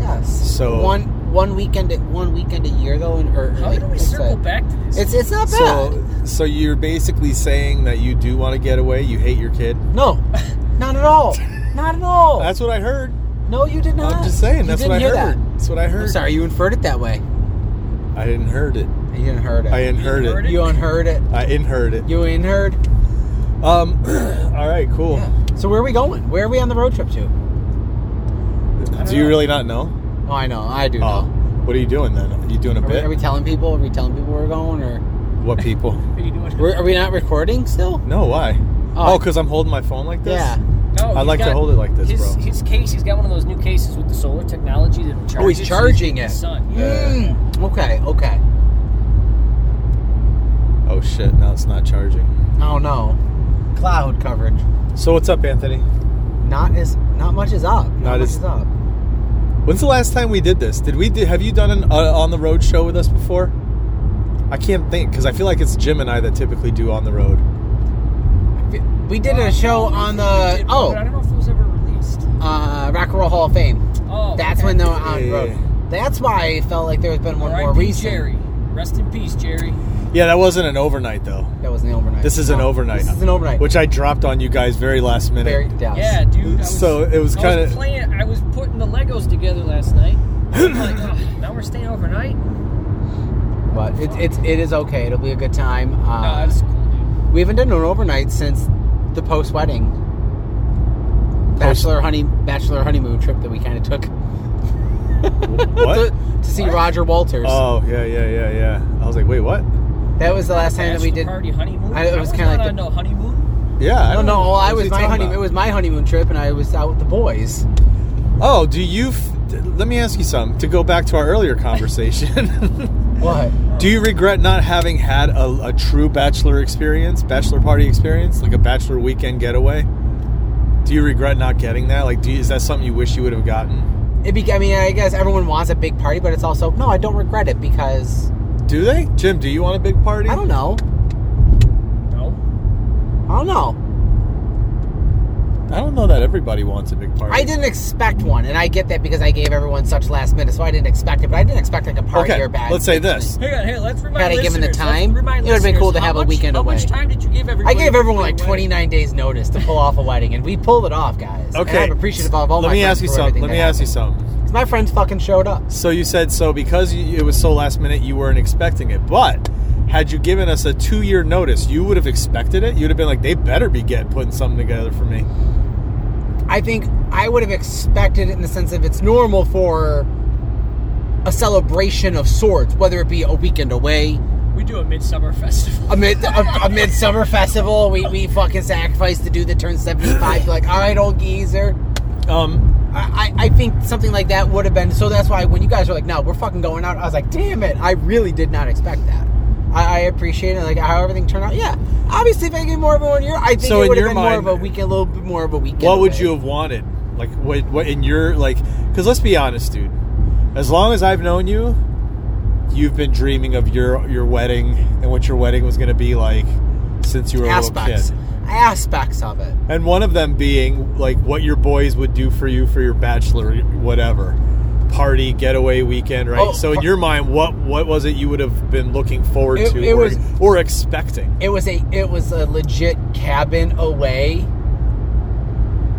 Speaker 2: yes.
Speaker 1: So-
Speaker 2: one one weekend, a- one weekend a year though, and or, or,
Speaker 3: How
Speaker 2: like,
Speaker 3: do we
Speaker 2: it's
Speaker 3: circle
Speaker 2: a-
Speaker 3: back to this?
Speaker 2: It's it's not bad.
Speaker 1: So so you're basically saying that you do want to get away, you hate your kid.
Speaker 2: no, not at all, not at all.
Speaker 1: That's what I heard.
Speaker 2: no, you did not.
Speaker 1: I'm just saying,
Speaker 2: You
Speaker 1: that's what
Speaker 2: didn't
Speaker 1: I
Speaker 2: hear
Speaker 1: heard.
Speaker 2: that.
Speaker 1: That's what I
Speaker 2: I'm
Speaker 1: heard.
Speaker 2: sorry, you inferred it that way.
Speaker 1: I didn't heard it.
Speaker 2: You didn't heard it.
Speaker 1: I didn't heard
Speaker 3: heard
Speaker 1: it.
Speaker 3: it?
Speaker 2: You unheard it.
Speaker 1: I didn't heard it.
Speaker 2: You unheard.
Speaker 1: Um all right, cool.
Speaker 2: Yeah. So where are we going? Where are we on the road trip to?
Speaker 1: Do you really not know?
Speaker 2: Oh, I know. I do
Speaker 1: Oh.
Speaker 2: know.
Speaker 1: What are you doing then? Are you doing a
Speaker 2: Are we,
Speaker 1: bit?
Speaker 2: are we telling people? Are we telling people where we're going, or
Speaker 1: what people?
Speaker 3: What are you doing?
Speaker 2: we're, are we not recording still?
Speaker 1: No, why?
Speaker 2: Oh.
Speaker 1: Oh, because I'm holding my phone like this?
Speaker 2: Yeah.
Speaker 3: No,
Speaker 1: I'd
Speaker 3: he's
Speaker 1: like to
Speaker 3: got-
Speaker 1: hold it like this,
Speaker 3: his,
Speaker 1: bro.
Speaker 3: His case, he's got one of those new cases with the solar technology that charges.
Speaker 2: Oh, he's charging
Speaker 3: his
Speaker 2: it.
Speaker 3: Sun.
Speaker 2: Mm, okay. Okay.
Speaker 1: Oh shit, now it's not charging.
Speaker 2: Oh no. Cloud coverage.
Speaker 1: So what's up, Anthony?
Speaker 2: Not as not much is up. Not,
Speaker 1: Not
Speaker 2: much
Speaker 1: as-
Speaker 2: is up.
Speaker 1: When's the last time we did this? Did we do, have you done an uh, on the road show with us before? I can't think cuz I feel like it's Jim and I that typically do on the road.
Speaker 2: We did a show on
Speaker 3: We
Speaker 2: the
Speaker 3: did, but I
Speaker 2: oh
Speaker 3: don't know if it was ever released.
Speaker 2: uh, Rock and Roll Hall of Fame.
Speaker 3: Oh,
Speaker 2: That's
Speaker 3: okay.
Speaker 2: when they were on
Speaker 1: Yeah, yeah,
Speaker 2: road. That's why I felt like there has been one more
Speaker 3: R.I.P.
Speaker 2: recent.
Speaker 3: Jerry. Rest in peace, Jerry.
Speaker 1: Yeah, that wasn't an overnight though.
Speaker 2: That was an overnight.
Speaker 1: This is an
Speaker 2: No,
Speaker 1: overnight.
Speaker 2: This is an overnight.
Speaker 1: Which I dropped on you guys very last minute.
Speaker 2: very Dallas.
Speaker 3: Yeah, dude. I was,
Speaker 1: So it was
Speaker 3: I
Speaker 1: kinda-
Speaker 3: playing. I was putting the Legos together last night. I'm like, "Ugh, now we're staying overnight.
Speaker 2: But it's it's it is okay. It'll be a good time.
Speaker 3: Nah,
Speaker 2: Uh,
Speaker 3: it's cool, dude.
Speaker 2: we haven't done an overnight since the post wedding bachelor honey bachelor honeymoon trip that we kind of took
Speaker 1: what?
Speaker 2: to, to see Roger Walters.
Speaker 1: Oh, yeah, yeah, yeah, yeah. I was like, "Wait, what?"
Speaker 2: that was the last time that we
Speaker 3: Bachelor
Speaker 2: did.
Speaker 3: party honeymoon.
Speaker 2: I- it was
Speaker 3: I
Speaker 2: kinda
Speaker 3: not
Speaker 2: like
Speaker 3: on
Speaker 2: the-
Speaker 3: no honeymoon.
Speaker 1: Yeah, I
Speaker 2: No,
Speaker 1: don't
Speaker 2: no.
Speaker 1: know.
Speaker 2: Well, I
Speaker 1: What
Speaker 2: was
Speaker 1: he
Speaker 2: my
Speaker 1: talking
Speaker 2: honeymoon.
Speaker 1: about?
Speaker 2: It was my honeymoon trip, and I was out with the boys.
Speaker 1: Oh, do you f- let me ask you something to go back to our earlier conversation.
Speaker 2: What?
Speaker 1: Do you regret not having had a, a true bachelor experience, bachelor party experience, like a bachelor weekend getaway? Do you regret not getting that? Like, do you, is that something you wish you would have gotten?
Speaker 2: It be, I mean, I guess everyone wants a big party, but it's also no. I don't regret it because
Speaker 1: Do they, Jim? Do you want a big party?
Speaker 2: I don't know.
Speaker 3: No.
Speaker 2: I don't know.
Speaker 1: I don't know that everybody wants a big party.
Speaker 2: I didn't expect one, and I get that because I gave everyone such last minute, so I didn't expect it. But I didn't expect like a party
Speaker 1: Okay,
Speaker 2: or bad.
Speaker 1: let's say this.
Speaker 3: Hang on, hey, let's remind
Speaker 2: Had I given the
Speaker 3: listeners, let's
Speaker 2: time,
Speaker 3: remind
Speaker 2: it would've been cool
Speaker 3: listeners,
Speaker 2: to
Speaker 3: how
Speaker 2: have a
Speaker 3: much-
Speaker 2: weekend
Speaker 3: how
Speaker 2: away.
Speaker 3: much time did you give everyone?
Speaker 2: I gave everyone like 29 days notice to pull off a wedding, and we pulled it off, guys. And
Speaker 1: Okay.
Speaker 2: I'm appreciative of all
Speaker 1: Let
Speaker 2: my
Speaker 1: me
Speaker 2: friends
Speaker 1: ask you
Speaker 2: for
Speaker 1: something.
Speaker 2: everything
Speaker 1: Let
Speaker 2: that
Speaker 1: me ask you
Speaker 2: happened.
Speaker 1: something.
Speaker 2: 'Cause My friends fucking showed up.
Speaker 1: So you said so because you, it was so last minute, you weren't expecting it. But had you given us a two-year notice, you would have expected it. You'd have been like, they better be get putting something together for me.
Speaker 2: I think I would have expected it in the sense of it's normal for a celebration of sorts, whether it be a weekend away,
Speaker 3: We do a midsummer festival.
Speaker 2: a, mid, a, a midsummer festival. We, we fucking sacrifice the dude that turns 75. Like, all right, old geezer.
Speaker 1: Um,
Speaker 2: I, I I think something like that would have been. So that's why when you guys were like, no, we're fucking going out, I was like, damn it. I really did not expect that. I, I appreciate it. Like, how everything turned out. Yeah. Obviously, if I gave more of one year, I think
Speaker 1: So
Speaker 2: it
Speaker 1: in
Speaker 2: would have
Speaker 1: your
Speaker 2: been
Speaker 1: mind-
Speaker 2: more of a weekend, a little bit more of a weekend.
Speaker 1: what would
Speaker 2: away.
Speaker 1: you have wanted? Like what what in your like cuz let's be honest, dude. As long as I've known you, you've been dreaming of your your wedding and what your wedding was going to be like since you were a
Speaker 2: Aspects.
Speaker 1: little kid.
Speaker 2: Aspects of it.
Speaker 1: And one of them being like what your boys would do for you for your bachelor whatever. party getaway weekend, right?
Speaker 2: Oh,
Speaker 1: so in
Speaker 2: par-
Speaker 1: your mind, what what was it you would have been looking forward
Speaker 2: It-
Speaker 1: to
Speaker 2: it
Speaker 1: or,
Speaker 2: was-
Speaker 1: or expecting?
Speaker 2: It was a it was a legit cabin away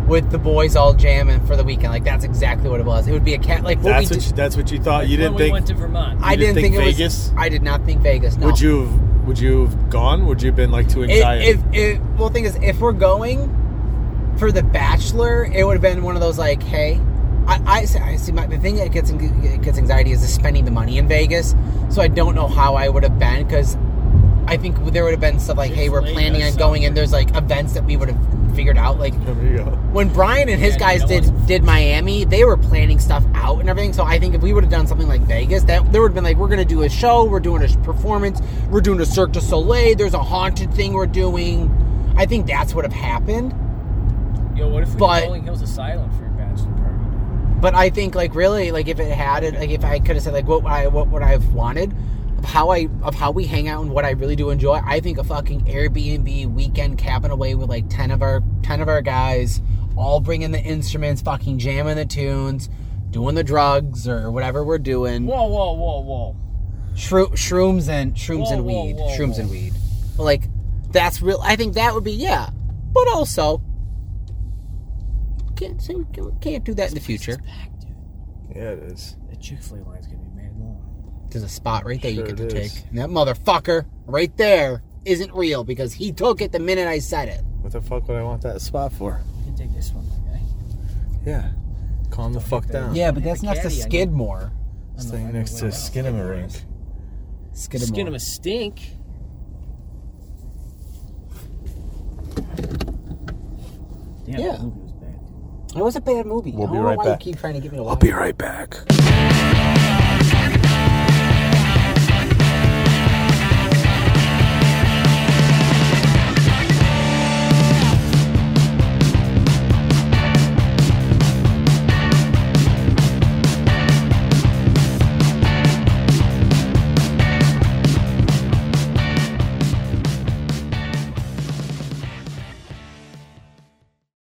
Speaker 2: with the boys all jamming for the weekend. Like that's exactly what it was. It would be a cat like what
Speaker 1: That's
Speaker 2: we
Speaker 1: what
Speaker 2: did,
Speaker 1: you, that's what you thought. You
Speaker 3: When
Speaker 1: didn't
Speaker 3: we went
Speaker 1: think.
Speaker 3: to Vermont.
Speaker 2: I
Speaker 1: didn't
Speaker 2: didn't
Speaker 1: think
Speaker 2: think, it
Speaker 1: Vegas?
Speaker 2: was. I did not think Vegas. No.
Speaker 1: Would you have, would you have gone? Would you have been like too anxiety?
Speaker 2: If, if, if well, thing is, if we're going for the Bachelor, it would have been one of those like, hey, I, I, see- I see. My, the thing that gets ang- gets anxiety is the spending the money in Vegas. So I don't know how I would have been because I think there would have been stuff like, hey, we're
Speaker 3: Chick-fil-A
Speaker 2: planning
Speaker 3: does
Speaker 2: on going, and there's like events that we would have figured out, like
Speaker 1: there you go.
Speaker 2: when Brian and his
Speaker 3: Yeah,
Speaker 2: guys
Speaker 3: no
Speaker 2: did
Speaker 3: one's-
Speaker 2: did Miami, they were planning stuff out and everything. So I think if we would have done something like Vegas, that there would have been like, we're gonna do a show, we're doing a performance, we're doing a Cirque du Soleil. There's a haunted thing we're doing. I think that's what have happened.
Speaker 3: Yo, what if we
Speaker 2: But-
Speaker 3: did Rolling Hills Asylum for your bachelor party?
Speaker 2: But I think like really like if it had it like if I could have said like what I what would I have wanted of how I of how we hang out and what I really do enjoy. I think a fucking Airbnb weekend cabin away with like ten of our ten of our guys all bringing the instruments, fucking jamming the tunes, doing the drugs or whatever we're doing.
Speaker 3: Whoa, whoa, whoa, whoa.
Speaker 2: Shro- shrooms and shrooms
Speaker 3: Whoa,
Speaker 2: and
Speaker 3: whoa,
Speaker 2: weed,
Speaker 3: whoa,
Speaker 2: shrooms
Speaker 3: whoa.
Speaker 2: and weed. But like that's real. I think that would be yeah. But also can't sing, can't do that in the future.
Speaker 1: Yeah, it is.
Speaker 3: The Chick-fil-A line's gonna be made long.
Speaker 2: There's a spot right there
Speaker 1: Sure
Speaker 2: you get to
Speaker 1: it
Speaker 2: take.
Speaker 1: is.
Speaker 2: And that motherfucker right there isn't real because he took it the minute I said it.
Speaker 1: What the fuck would I want that spot for?
Speaker 3: You can take this one, my guy.
Speaker 1: Yeah, calm the fuck down.
Speaker 2: Yeah, but
Speaker 3: that's next to
Speaker 2: Skidmore.
Speaker 1: This thing next to Skinamarink.
Speaker 2: Skidmore.
Speaker 3: Skin him a stink. Damn,
Speaker 2: Yeah.
Speaker 3: that movie was bad.
Speaker 2: It was a bad movie. We'll I don't
Speaker 1: be
Speaker 2: know
Speaker 1: right
Speaker 2: why
Speaker 1: back.
Speaker 2: you keep trying to give me a
Speaker 1: I'll be right back.